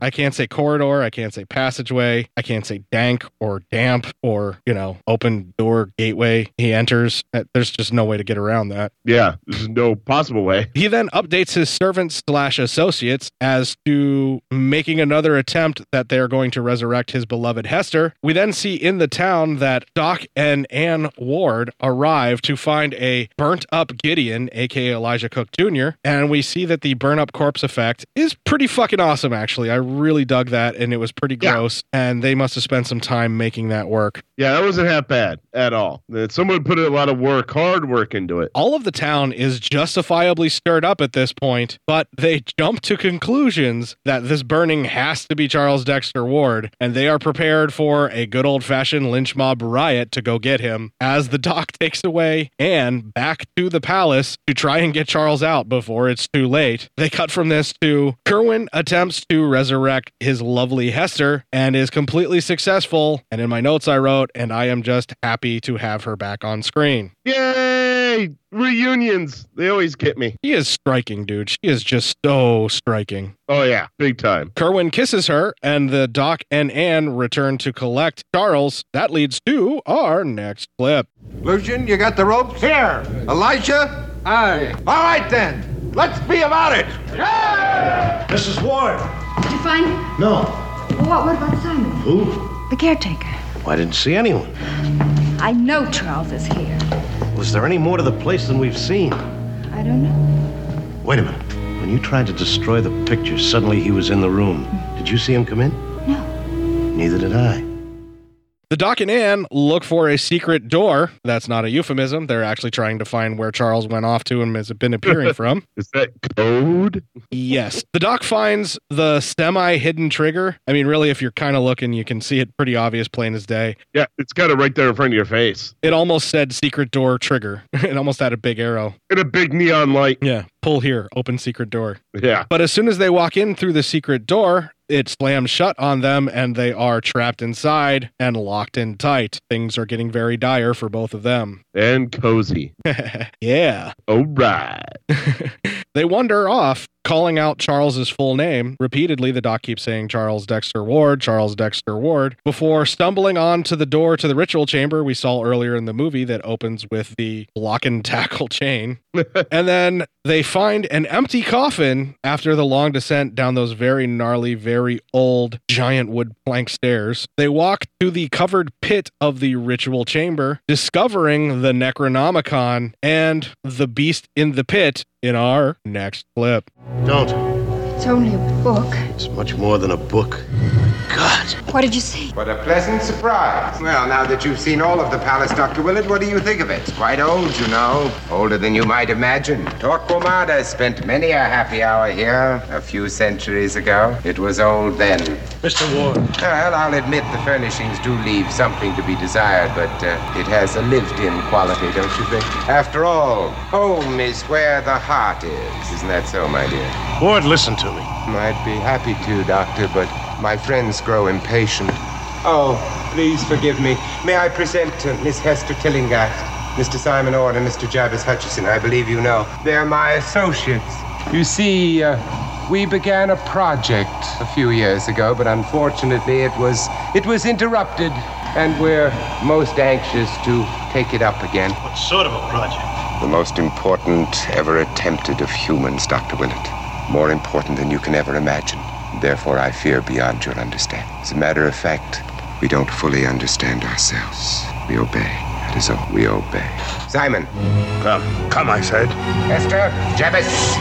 [SPEAKER 3] I can't say corridor. I can't say passageway. I can't say dank or damp or you know open door gateway. He enters. Uh, There's just no way to get around that.
[SPEAKER 8] Yeah, there's no possible way.
[SPEAKER 3] He then updates his servants slash associates as to making another attempt that they're going to resurrect his beloved Hester. We then see in the town that Doc and Anne Ward arrive to find a burnt up Gideon, aka Elijah Cook Jr., and we see that the burn up corpse effect is pretty fucking awesome, actually. I really dug that, and it was pretty gross, and they must have spent some time making that work.
[SPEAKER 8] Yeah, that wasn't half bad at all. That Someone put a lot of work, hard work into it.
[SPEAKER 3] All of the town is justifiably stirred up at this point, but they jump to conclusions that this burning has to be Charles Dexter Ward, and they are prepared for a good old fashioned lynch mob riot to go get him as the doc takes away Anne back to the palace to try and get Charles out before it's too late. They cut from this to Kerwin attempts to resurrect his lovely Hester and is completely successful. And in my notes, I wrote, and I am just happy to have her back on screen.
[SPEAKER 8] Yay! Reunions. They always get me.
[SPEAKER 3] She is striking, dude. She is just so striking.
[SPEAKER 8] Oh, yeah. Big time.
[SPEAKER 3] Kerwin kisses her, and the Doc and Anne return to collect Charles. That leads to our next clip.
[SPEAKER 17] Lucian, you got the ropes? Here. Elijah? Aye. All right then. Let's be about it.
[SPEAKER 18] Mrs. Ward!
[SPEAKER 16] Did you find him?
[SPEAKER 18] No.
[SPEAKER 16] What, what about Simon?
[SPEAKER 18] Who?
[SPEAKER 16] The caretaker.
[SPEAKER 18] I didn't see anyone.
[SPEAKER 16] I know Charles is here.
[SPEAKER 18] Was there any more to the place than we've seen?
[SPEAKER 16] I don't know.
[SPEAKER 18] Wait a minute. When you tried to destroy the picture, suddenly he was in the room. Did you see him come in? No. Neither did I.
[SPEAKER 3] The Doc and Anne look for a secret door. That's not a euphemism. They're actually trying to find where Charles went off to and has been appearing from.
[SPEAKER 8] Is that code?
[SPEAKER 3] Yes. The doc finds the semi hidden trigger. I mean, really, if you're kind of looking, you can see it pretty obvious, plain as day.
[SPEAKER 8] Yeah, it's got it right there in front of your face.
[SPEAKER 3] It almost said secret door trigger. it almost had a big arrow
[SPEAKER 8] and a big neon light.
[SPEAKER 3] Yeah, pull here, open secret door.
[SPEAKER 8] Yeah.
[SPEAKER 3] But as soon as they walk in through the secret door, it slams shut on them and they are trapped inside and locked in tight. Things are getting very dire for both of them.
[SPEAKER 8] And cozy.
[SPEAKER 3] yeah.
[SPEAKER 8] All right.
[SPEAKER 3] They wander off, calling out Charles's full name. Repeatedly, the doc keeps saying Charles Dexter Ward, Charles Dexter Ward, before stumbling onto the door to the ritual chamber we saw earlier in the movie that opens with the block and tackle chain. and then they find an empty coffin after the long descent down those very gnarly, very old giant wood plank stairs. They walk to the covered pit of the ritual chamber, discovering the Necronomicon and the beast in the pit in our next clip.
[SPEAKER 18] Don't.
[SPEAKER 16] It's only a book.
[SPEAKER 18] It's much more than a book.
[SPEAKER 16] What did you see?
[SPEAKER 25] What a pleasant surprise. Well, now that you've seen all of the palace, Dr. Willard, what do you think of it? It's quite old, you know. Older than you might imagine. Torquemada spent many a happy hour here a few centuries ago. It was old then.
[SPEAKER 18] Mr. Ward.
[SPEAKER 25] Well, I'll admit the furnishings do leave something to be desired, but uh, it has a lived in quality, don't you think? After all, home is where the heart is. Isn't that so, my dear?
[SPEAKER 18] Ward, listen to me.
[SPEAKER 25] I'd be happy to, Doctor, but my friends grow impatient.
[SPEAKER 1] Oh, please forgive me. May I present uh, Miss Hester Tillinghast, Mr. Simon Ord, and Mr. Jarvis Hutchison? I believe you know. They're my associates. You see, uh, we began a project a few years ago, but unfortunately it was it was interrupted, and we're most anxious to take it up again.
[SPEAKER 18] What sort of a project?
[SPEAKER 1] The most important ever attempted of humans, Dr. Willett. More important than you can ever imagine. Therefore, I fear beyond your understanding. As a matter of fact, we don't fully understand ourselves. We obey. That is all. We obey. Simon. Come. Come, I said. Esther. Jebus.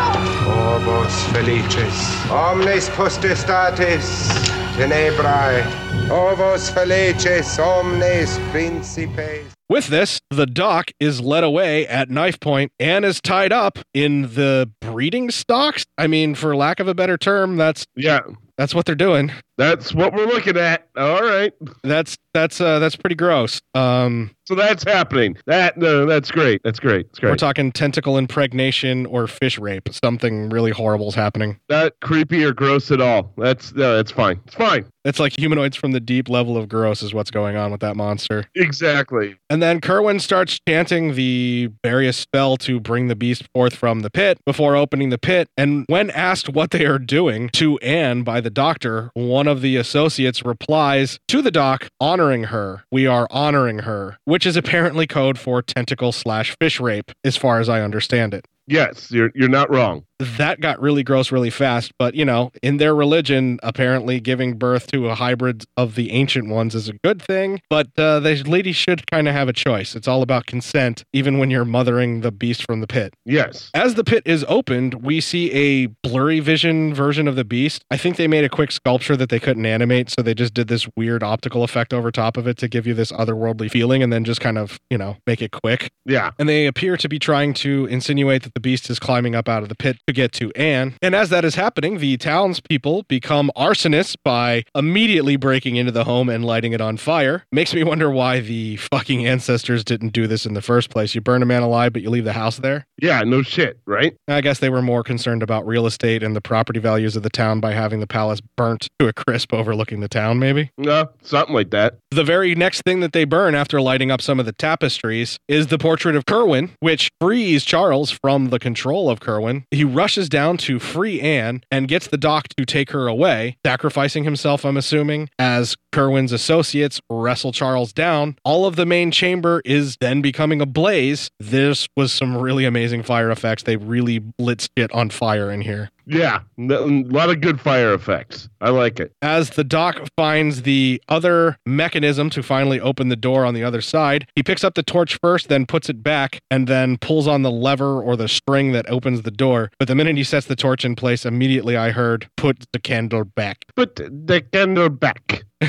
[SPEAKER 1] Orbos felices. Omnes potestates. Tenebrae. Orbos felices. Omnes principes.
[SPEAKER 3] With this, the doc is led away at knife point and is tied up in the breeding stocks. I mean, for lack of a better term, that's
[SPEAKER 8] yeah,
[SPEAKER 3] that's what they're doing.
[SPEAKER 8] That's what we're looking at. All right,
[SPEAKER 3] that's that's uh, that's pretty gross. Um,
[SPEAKER 8] so that's happening. That no, that's great. That's great. That's great.
[SPEAKER 3] We're talking tentacle impregnation or fish rape. Something really horrible is happening.
[SPEAKER 8] Not creepy or gross at all. That's no, that's fine. It's fine.
[SPEAKER 3] It's like humanoids from the deep level of gross is what's going on with that monster.
[SPEAKER 8] Exactly.
[SPEAKER 3] And then Kerwin starts chanting the various spell to bring the beast forth from the pit before opening the pit. And when asked what they are doing to Anne by the doctor, one of the associates replies to the doc, honoring her. We are honoring her, which is apparently code for tentacle slash fish rape, as far as I understand it.
[SPEAKER 8] Yes, you're you're not wrong.
[SPEAKER 3] That got really gross really fast, but you know, in their religion, apparently giving birth to a hybrid of the ancient ones is a good thing, but uh, the lady should kind of have a choice. It's all about consent, even when you're mothering the beast from the pit.
[SPEAKER 8] Yes.
[SPEAKER 3] As the pit is opened, we see a blurry vision version of the beast. I think they made a quick sculpture that they couldn't animate, so they just did this weird optical effect over top of it to give you this otherworldly feeling and then just kind of, you know, make it quick.
[SPEAKER 8] Yeah.
[SPEAKER 3] And they appear to be trying to insinuate that the beast is climbing up out of the pit to get to Anne. And as that is happening, the townspeople become arsonists by immediately breaking into the home and lighting it on fire. Makes me wonder why the fucking ancestors didn't do this in the first place. You burn a man alive, but you leave the house there.
[SPEAKER 8] Yeah, no shit, right?
[SPEAKER 3] I guess they were more concerned about real estate and the property values of the town by having the palace burnt to a crisp overlooking the town, maybe?
[SPEAKER 8] No, something like that.
[SPEAKER 3] The very next thing that they burn after lighting up some of the tapestries is the portrait of Kerwin, which frees Charles from the control of Kerwin. He rushes down to free Anne and gets the doc to take her away, sacrificing himself, I'm assuming, as Kerwin's associates wrestle Charles down. All of the main chamber is then becoming ablaze. This was some really amazing fire effects. They really lit shit on fire in here.
[SPEAKER 8] Yeah, n- a lot of good fire effects. I like it.
[SPEAKER 3] As the doc finds the other mechanism to finally open the door on the other side, he picks up the torch first, then puts it back, and then pulls on the lever or the string that opens the door. But the minute he sets the torch in place, immediately I heard, put the candle back.
[SPEAKER 8] Put the candle back.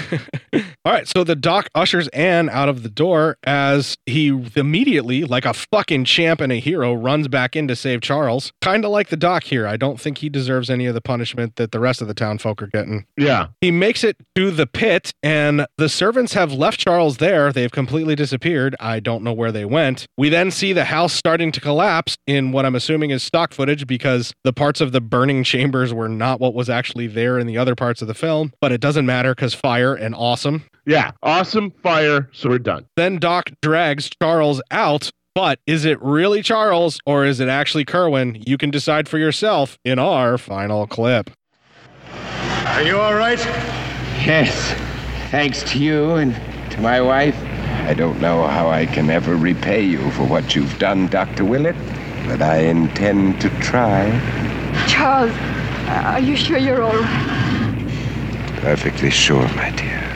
[SPEAKER 3] All right, so the doc ushers Anne out of the door as he immediately, like a fucking champ and a hero, runs back in to save Charles. Kind of like the doc here. I don't think he deserves any of the punishment that the rest of the town folk are getting.
[SPEAKER 8] Yeah.
[SPEAKER 3] He makes it to the pit, and the servants have left Charles there. They've completely disappeared. I don't know where they went. We then see the house starting to collapse in what I'm assuming is stock footage because the parts of the burning chambers were not what was actually there in the other parts of the film, but it doesn't matter because fire and awesome.
[SPEAKER 8] Yeah, awesome fire. So we're done.
[SPEAKER 3] Then Doc drags Charles out. But is it really Charles or is it actually Kerwin? You can decide for yourself in our final clip.
[SPEAKER 7] Are you all right?
[SPEAKER 21] Yes, thanks to you and to my wife. I don't know how I can ever repay you for what you've done, Dr. Willett, but I intend to try.
[SPEAKER 16] Charles, uh, are you sure you're all right?
[SPEAKER 21] Perfectly sure, my dear.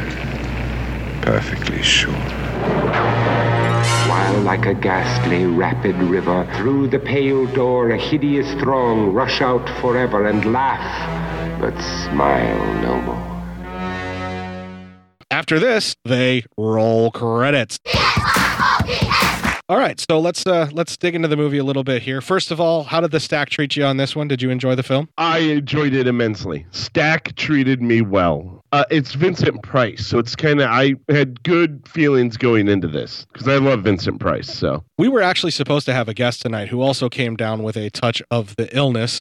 [SPEAKER 21] Perfectly sure. While, like a ghastly, rapid river, through the pale door a hideous throng rush out forever and laugh, but smile no more.
[SPEAKER 3] After this, they roll credits. All right, so let's uh let's dig into the movie a little bit here. First of all, how did the stack treat you on this one? Did you enjoy the film?
[SPEAKER 8] I enjoyed it immensely. Stack treated me well. Uh, it's Vincent Price, so it's kind of I had good feelings going into this because I love Vincent Price. So
[SPEAKER 3] We were actually supposed to have a guest tonight who also came down with a touch of the illness.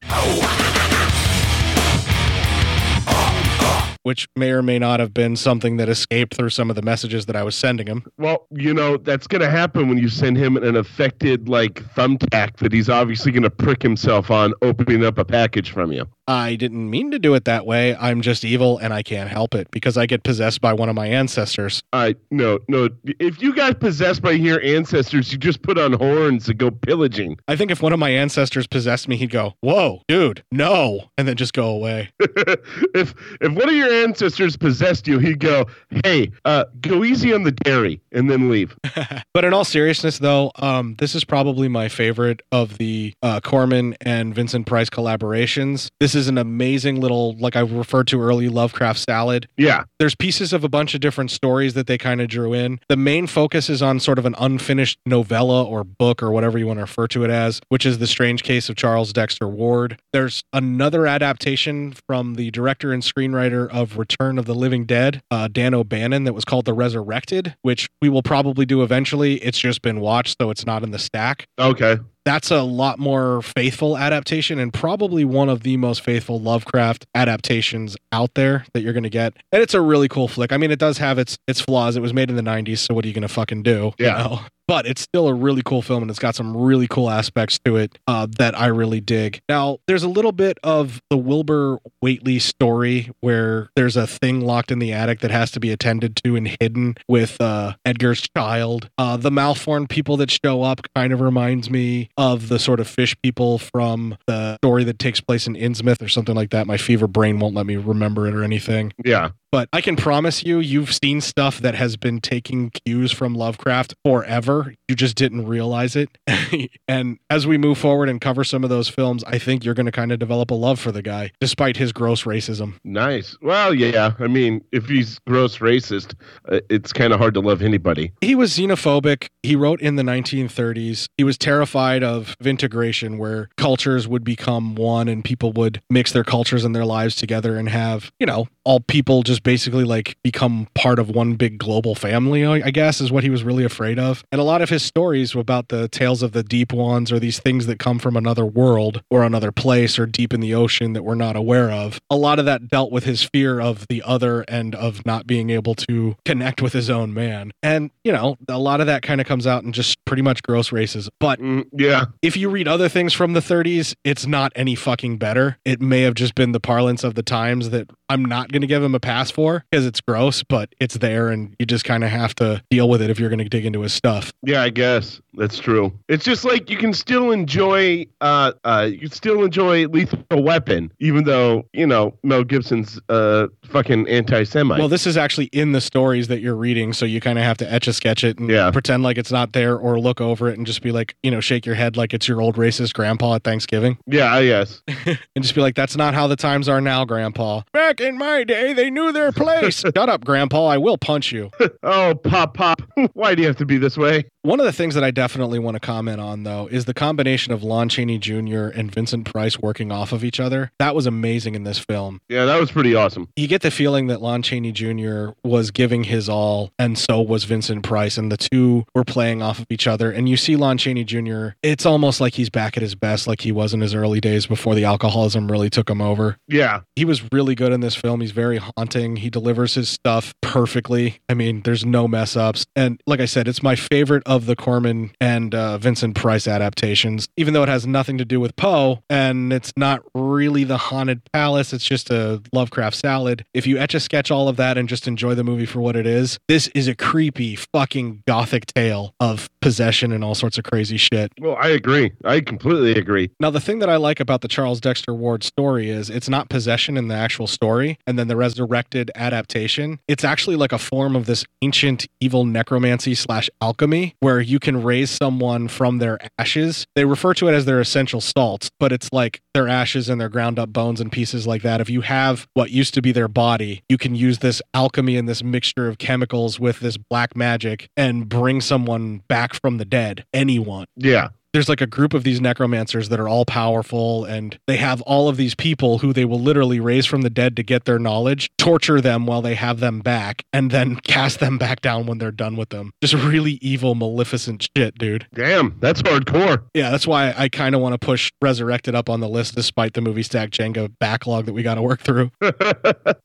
[SPEAKER 3] which may or may not have been something that escaped through some of the messages that I was sending him.
[SPEAKER 8] Well, you know, that's going to happen when you send him an affected, like, thumbtack that he's obviously going to prick himself on opening up a package from you.
[SPEAKER 3] I didn't mean to do it that way. I'm just evil and I can't help it because I get possessed by one of my ancestors.
[SPEAKER 8] I no no. If you got possessed by your ancestors, you just put on horns and go pillaging.
[SPEAKER 3] I think if one of my ancestors possessed me, he'd go, Whoa, dude, no, and then just go away.
[SPEAKER 8] if if one of your ancestors possessed you, he'd go, "Hey, uh, go easy on the dairy," and then leave.
[SPEAKER 3] But in all seriousness, though, um, this is probably my favorite of the uh, Corman and Vincent Price collaborations. This is an amazing little, like I referred to early, Lovecraft salad.
[SPEAKER 8] Yeah.
[SPEAKER 3] There's pieces of a bunch of different stories that they kind of drew in. The main focus is on sort of an unfinished novella or book or whatever you want to refer to it as, which is The Strange Case of Charles Dexter Ward. There's another adaptation from the director and screenwriter of Return of the Living Dead, uh, Dan O'Bannon, that was called The Resurrected, which we will probably do eventually. It's just been watched, so it's not in the stack
[SPEAKER 8] Okay.
[SPEAKER 3] that's a lot more faithful adaptation and probably one of the most faithful Lovecraft adaptations out there that you're going to get. And it's a really cool flick. I mean, it does have its its flaws. It was made in the 90s, so what are you going to fucking do? you
[SPEAKER 8] Yeah.
[SPEAKER 3] know? But it's still a really cool film and it's got some really cool aspects to it uh, that I really dig. Now, there's a little bit of the Wilbur Waitley story where there's a thing locked in the attic that has to be attended to and hidden with uh, Edgar's child. Uh, the malformed people that show up kind of reminds me of the sort of fish people from the story that takes place in Innsmouth or something like that. My fever brain won't let me remember it or anything.
[SPEAKER 8] Yeah.
[SPEAKER 3] But I can promise you, you've seen stuff that has been taking cues from Lovecraft forever. You just didn't realize it. and as we move forward and cover some of those films, I think you're going to kind of develop a love for the guy, despite his gross racism.
[SPEAKER 8] Nice. Well, yeah. I mean, if he's gross racist, uh, it's kind of hard to love anybody.
[SPEAKER 3] He was xenophobic. He wrote in the 1930s. He was terrified of integration, where cultures would become one and people would mix their cultures and their lives together and have, you know, all people just basically like become part of one big global family, I I guess, is what he was really afraid of. And a lot of his stories were about the tales of the deep ones or these things that come from another world or another place or deep in the ocean that we're not aware of. A lot of that dealt with his fear of the other and of not being able to connect with his own man. And, you know, a lot of that kind of comes out in just pretty much gross racism. But
[SPEAKER 8] Mm, yeah.
[SPEAKER 3] if you read other things from the 30s, it's not any fucking better. It may have just been the parlance of the times that I'm not going to give him a pass for because it's gross, but it's there and you just kind of have to deal with it if you're going to dig into his stuff.
[SPEAKER 8] Yeah, I guess that's true. It's just like you can still enjoy, uh, uh, you can still enjoy Lethal Weapon, even though you know Mel Gibson's uh fucking anti-Semite.
[SPEAKER 3] Well, this is actually in the stories that you're reading, so you kind of have to etch a sketch it and
[SPEAKER 8] Yeah.
[SPEAKER 3] pretend like it's not there or look over it and just be like, you know, shake your head like it's your old racist grandpa at Thanksgiving
[SPEAKER 8] yeah, I guess.
[SPEAKER 3] and just be like, that's not how the times are now, grandpa. Back in my day, they knew their place. Shut up, grandpa. I will punch you.
[SPEAKER 8] oh, pop, pop. Why do you have to be this way?
[SPEAKER 3] One of the things that I definitely want to comment on, though, is the combination of Lon Chaney Jr. and Vincent Price working off of each other. That was amazing in this film.
[SPEAKER 8] Yeah, that was pretty awesome.
[SPEAKER 3] You get the feeling that Lon Chaney Jr. was giving his all, and so was Vincent Price, and the two were playing off of each other. And you see Lon Chaney Jr., it's almost like he's back at his best, like he was in his early days before the alcoholism really took him over.
[SPEAKER 8] Yeah.
[SPEAKER 3] He was really good in this film. He's very haunting. He delivers his stuff perfectly. I mean, there's no mess ups. And like I said, it's my favorite of the Corman and uh, Vincent Price adaptations, even though it has nothing to do with Poe and it's not really the haunted palace. It's just a Lovecraft salad. If you etch a sketch all of that and just enjoy the movie for what it is, this is a creepy fucking gothic tale of possession and all sorts of crazy shit.
[SPEAKER 8] Well, I agree. I completely agree.
[SPEAKER 3] Now, the thing that I like about the Charles Dexter Ward story is it's not possession in the actual story, and then the resurrected adaptation. It's actually like a form of this ancient evil necromancy slash alchemy where you can raise someone from their ashes. They refer to it as their essential salts, but it's like their ashes and their ground up bones and pieces like that. If you have what used to be their body, you can use this alchemy and this mixture of chemicals with this black magic and bring someone back from the dead, anyone.
[SPEAKER 8] Yeah.
[SPEAKER 3] there's like a group of these necromancers that are all powerful and they have all of these people who they will literally raise from the dead to get their knowledge, torture them while they have them back, and then cast them back down when they're done with them. Just really evil, maleficent shit, dude.
[SPEAKER 8] Damn, that's hardcore.
[SPEAKER 3] Yeah, that's why I kind of want to push Resurrected up on the list despite the movie Stack Jenga backlog that we got to work through.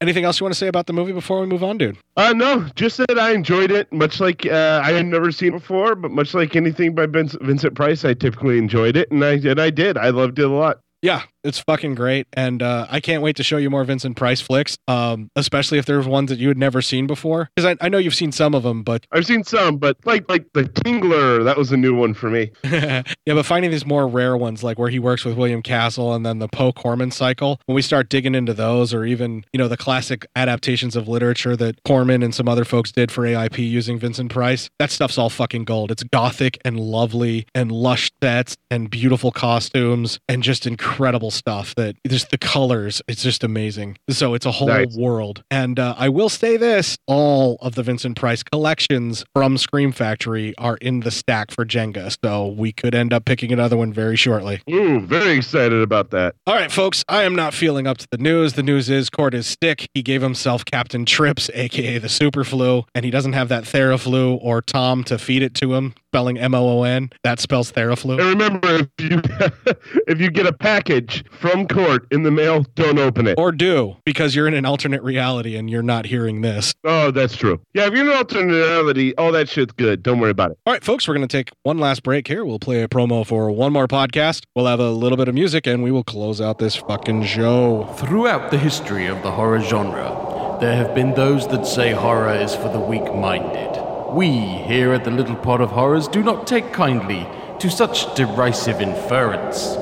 [SPEAKER 3] Anything else you want to say about the movie before we move on, dude?
[SPEAKER 8] Uh, no, just that I enjoyed it, much like uh, I had never seen it before, but much like anything by Vince, Vincent Price, I typically enjoyed it, and I and I did. I loved it a lot.
[SPEAKER 3] Yeah, it's fucking great, and uh, I can't wait to show you more Vincent Price flicks, um, especially if there's ones that you had never seen before. Because I, I know you've seen some of them, but
[SPEAKER 8] I've seen some, but like like the Tingler, that was a new one for me.
[SPEAKER 3] yeah, but finding these more rare ones, like where he works with William Castle and then the Poe Corman cycle, when we start digging into those, or even, you know, the classic adaptations of literature that Corman and some other folks did for AIP using Vincent Price, that stuff's all fucking gold. It's gothic and lovely and lush sets and beautiful costumes and just incredible stuff that just the colors, it's just amazing. So it's a whole
[SPEAKER 8] Nice.
[SPEAKER 3] world. And uh, I will say this all of the Vincent Price collections from Scream Factory are in the stack for Jenga. So we could end up picking another one very shortly.
[SPEAKER 8] Ooh, very excited about that.
[SPEAKER 3] All right, folks, I am not feeling up to the news. The news is Cord is sick. He gave himself Captain Trips, aka the Super Flu, and he doesn't have that Theraflu or Tom to feed it to him, spelling M O O N. That spells Theraflu.
[SPEAKER 8] And remember, if you if you get a package from court in the mail, don't open it.
[SPEAKER 3] Or do, because you're in an alternate reality and you're not hearing this.
[SPEAKER 8] Oh, that's true. Yeah, if you're an alternate reality, all that shit's good. Don't worry about it.
[SPEAKER 3] All right, folks, we're going to take one last break here. We'll play a promo for one more podcast. We'll have a little bit of music and we will close out this fucking show.
[SPEAKER 6] Throughout the history of the horror genre, there have been those that say horror is for the weak minded. We, here at the Little Pot of Horrors, do not take kindly to such derisive inference.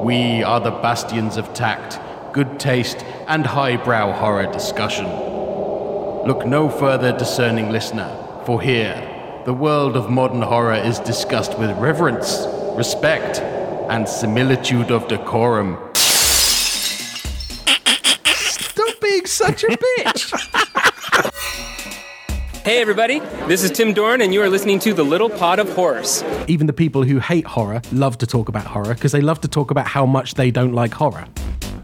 [SPEAKER 6] We are the bastions of tact, good taste, and highbrow horror discussion. Look no further, discerning listener, for here, the world of modern horror is discussed with reverence, respect, and similitude of decorum.
[SPEAKER 27] Stop being such a bitch.
[SPEAKER 6] Hey, everybody.
[SPEAKER 27] this is Tim Dorn, and you are listening to The Little Pot of Horse.
[SPEAKER 6] Even the people who hate horror love to talk about horror because they love to talk about how much they don't like horror.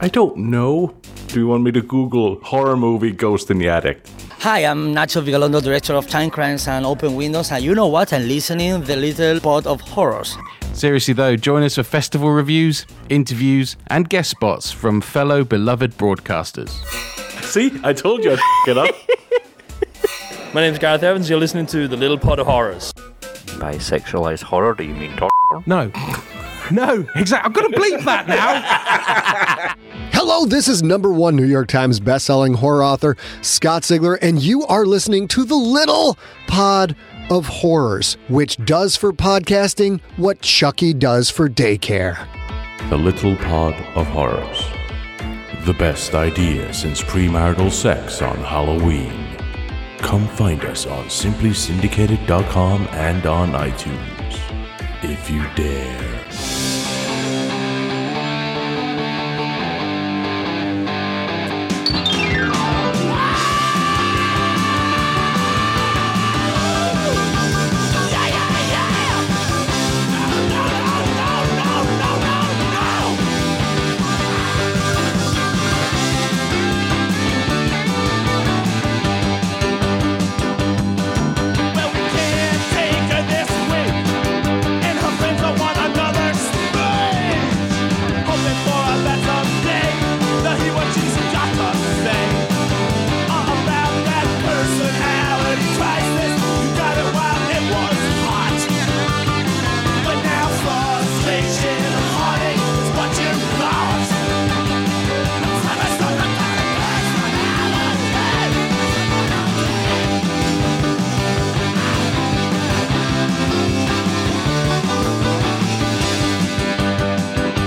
[SPEAKER 28] I don't know. Do you want me to Google horror movie Ghost in the Attic?
[SPEAKER 29] Hi, I'm Nacho Vigalondo, director of Time Crimes and Open Windows, and you know what? I'm listening the little pot of horrors.
[SPEAKER 6] Seriously, though, join us for festival reviews, interviews, and guest spots from fellow beloved broadcasters.
[SPEAKER 28] See, I told you I'd get up.
[SPEAKER 30] My name's Gareth Evans. You're listening to The Little Pot of Horrors.
[SPEAKER 31] By sexualized horror, do you mean torture?
[SPEAKER 6] No. No, exactly. I've got to bleep that now.
[SPEAKER 32] Hello, this is number one New York Times bestselling horror author Scott Sigler, and you are listening to the Little Pod of Horrors, which does for podcasting what Chucky does for daycare.
[SPEAKER 33] The Little Pod of Horrors. The best idea since premarital sex on Halloween. Come find us on simplysyndicated.com and on iTunes. If you dare.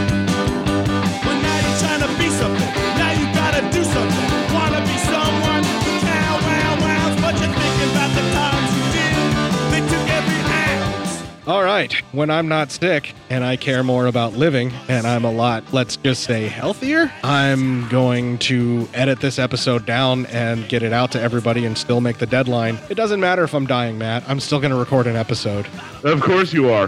[SPEAKER 34] Well, now you're trying to be something. Now you gotta do something. Wanna be someone? You count round rounds, but you're thinking about the times you did. They took every ounce.
[SPEAKER 3] All right, when I'm not sick and I care more about living and I'm a lot, let's just say healthier, I'm going to edit this episode down and get it out to everybody and still make the deadline. It doesn't matter if I'm dying, Matt. I'm still going to record an episode.
[SPEAKER 8] Of course you are.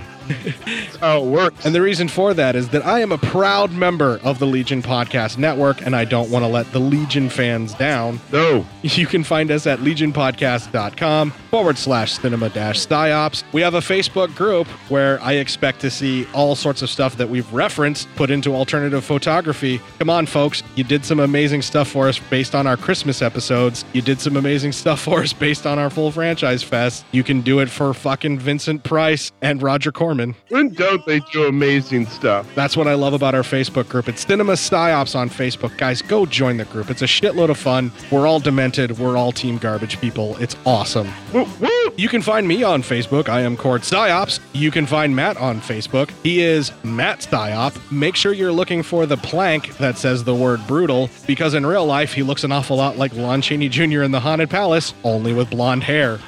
[SPEAKER 3] how Oh, it works. And the reason for that is that I am a proud member of the Legion Podcast Network, and I don't want to let the Legion fans down.
[SPEAKER 8] No.
[SPEAKER 3] You can find us at legionpodcast.com forward slash cinema dash psyops. We have a Facebook group where I expect to see all sorts of stuff that we've referenced put into alternative photography. Come on, folks. You did some amazing stuff for us based on our Christmas episodes. You did some amazing stuff for us based on our full franchise fest. You can do it for fucking Vincent Price and Roger Corman.
[SPEAKER 8] When don't they do amazing stuff?
[SPEAKER 3] That's what I love about our Facebook group. It's Cinema Psyops on Facebook. Guys, go join the group. It's a shitload of fun. We're all demented. We're all team garbage people. It's awesome. You can find me on Facebook. I am Cord Psyops. You can find Matt on Facebook. He is Matt Psyop. Make sure you're looking for the plank that says the word brutal because in real life, he looks an awful lot like Lon Chaney Jr. in the Haunted Palace, only with blonde hair.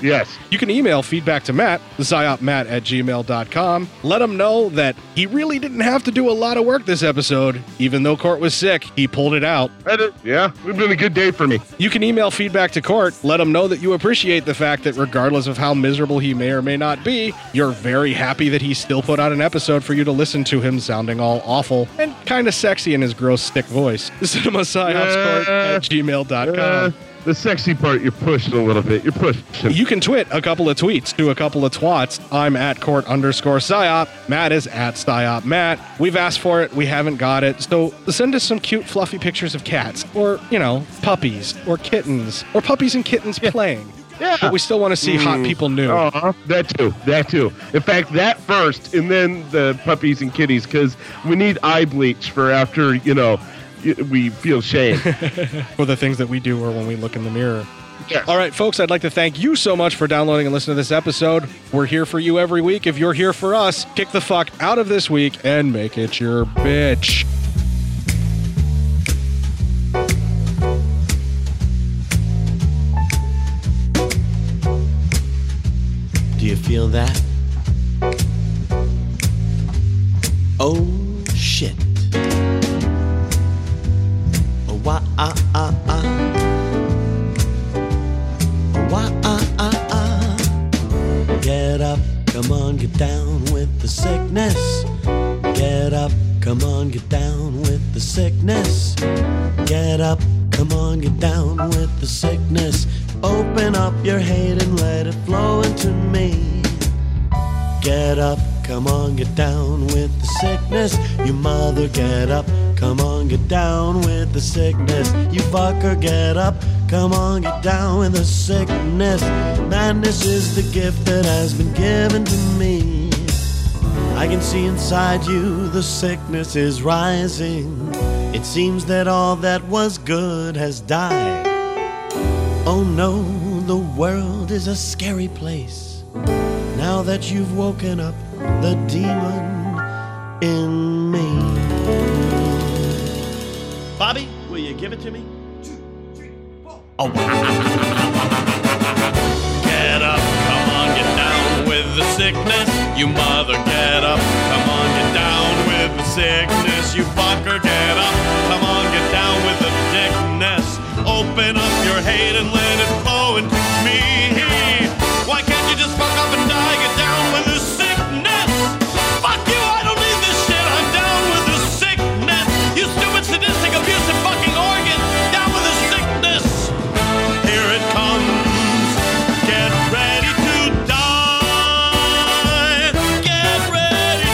[SPEAKER 8] yes.
[SPEAKER 3] You can email feedback to Matt, ziopmatt at gmail.com. Let him know that he really didn't have to do a lot of work this episode. Even though Court was sick, he pulled it out.
[SPEAKER 8] yeah, it's been a good day for me.
[SPEAKER 3] You can email feedback to Court. Let him know that you appreciate the fact that regardless of how miserable he may or may not be, you're very happy that he still put out an episode for you to listen to him sounding all awful and kind of sexy in his gross, thick voice. Cinema Psyops Court at gmail.com.
[SPEAKER 8] The sexy part, you're pushing a little bit. You're pushing.
[SPEAKER 3] You can twit a couple of tweets, do a couple of twats. I'm at court underscore psyop. Matt is at psyop Matt. We've asked for it. We haven't got it. So send us some cute, fluffy pictures of cats or, you know, puppies or kittens or puppies and kittens playing.
[SPEAKER 8] Yeah.
[SPEAKER 3] But we still want to see hot
[SPEAKER 8] Mm.
[SPEAKER 3] people new.
[SPEAKER 8] Aw, that too. That too. In fact, that first, and then the puppies and kitties, because we need eye bleach for after, you know, y- we feel shame.
[SPEAKER 3] for the things that we do or when we look in the mirror. All right, folks, I'd like to thank you so much for downloading and listening to this episode. We're here for you every week. If you're here for us, kick the fuck out of this week and make it your bitch.
[SPEAKER 2] Do you feel that? Oh shit. Oh, wah, ah, ah, ah. Oh, wah, ah, ah, ah. Get up, come on, get down with the sickness. Get up, come on, get down with the sickness. Get up, come on, get down with the sickness. Open up your hate and let it flow into me. Get up, come on, get down with the sickness. You mother, get up, come on, get down with the sickness. You fucker, get up, come on, get down with the sickness. Madness is the gift that has been given to me. I can see inside you the sickness is rising. It seems that all that was good has died. Oh no, the world is a scary place. Now that you've woken up the demon in me. Bobby, will you give it to me? Oh, Get up, come on, get down with the sickness. You mother, get up, come on, get down with the sickness. You fucker, get up, come on, get down with the dickness. Open up your hate and let it flow into me. Why can't you just fuck up and die? Get down with the sickness. Fuck you, I don't need this shit. I'm down with the sickness. You stupid, sadistic, abusive fucking organ. Down with the sickness. Here it comes. Get ready to die. Get ready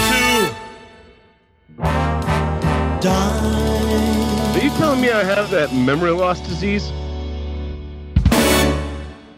[SPEAKER 2] to
[SPEAKER 8] Are you telling me I have that memory loss disease?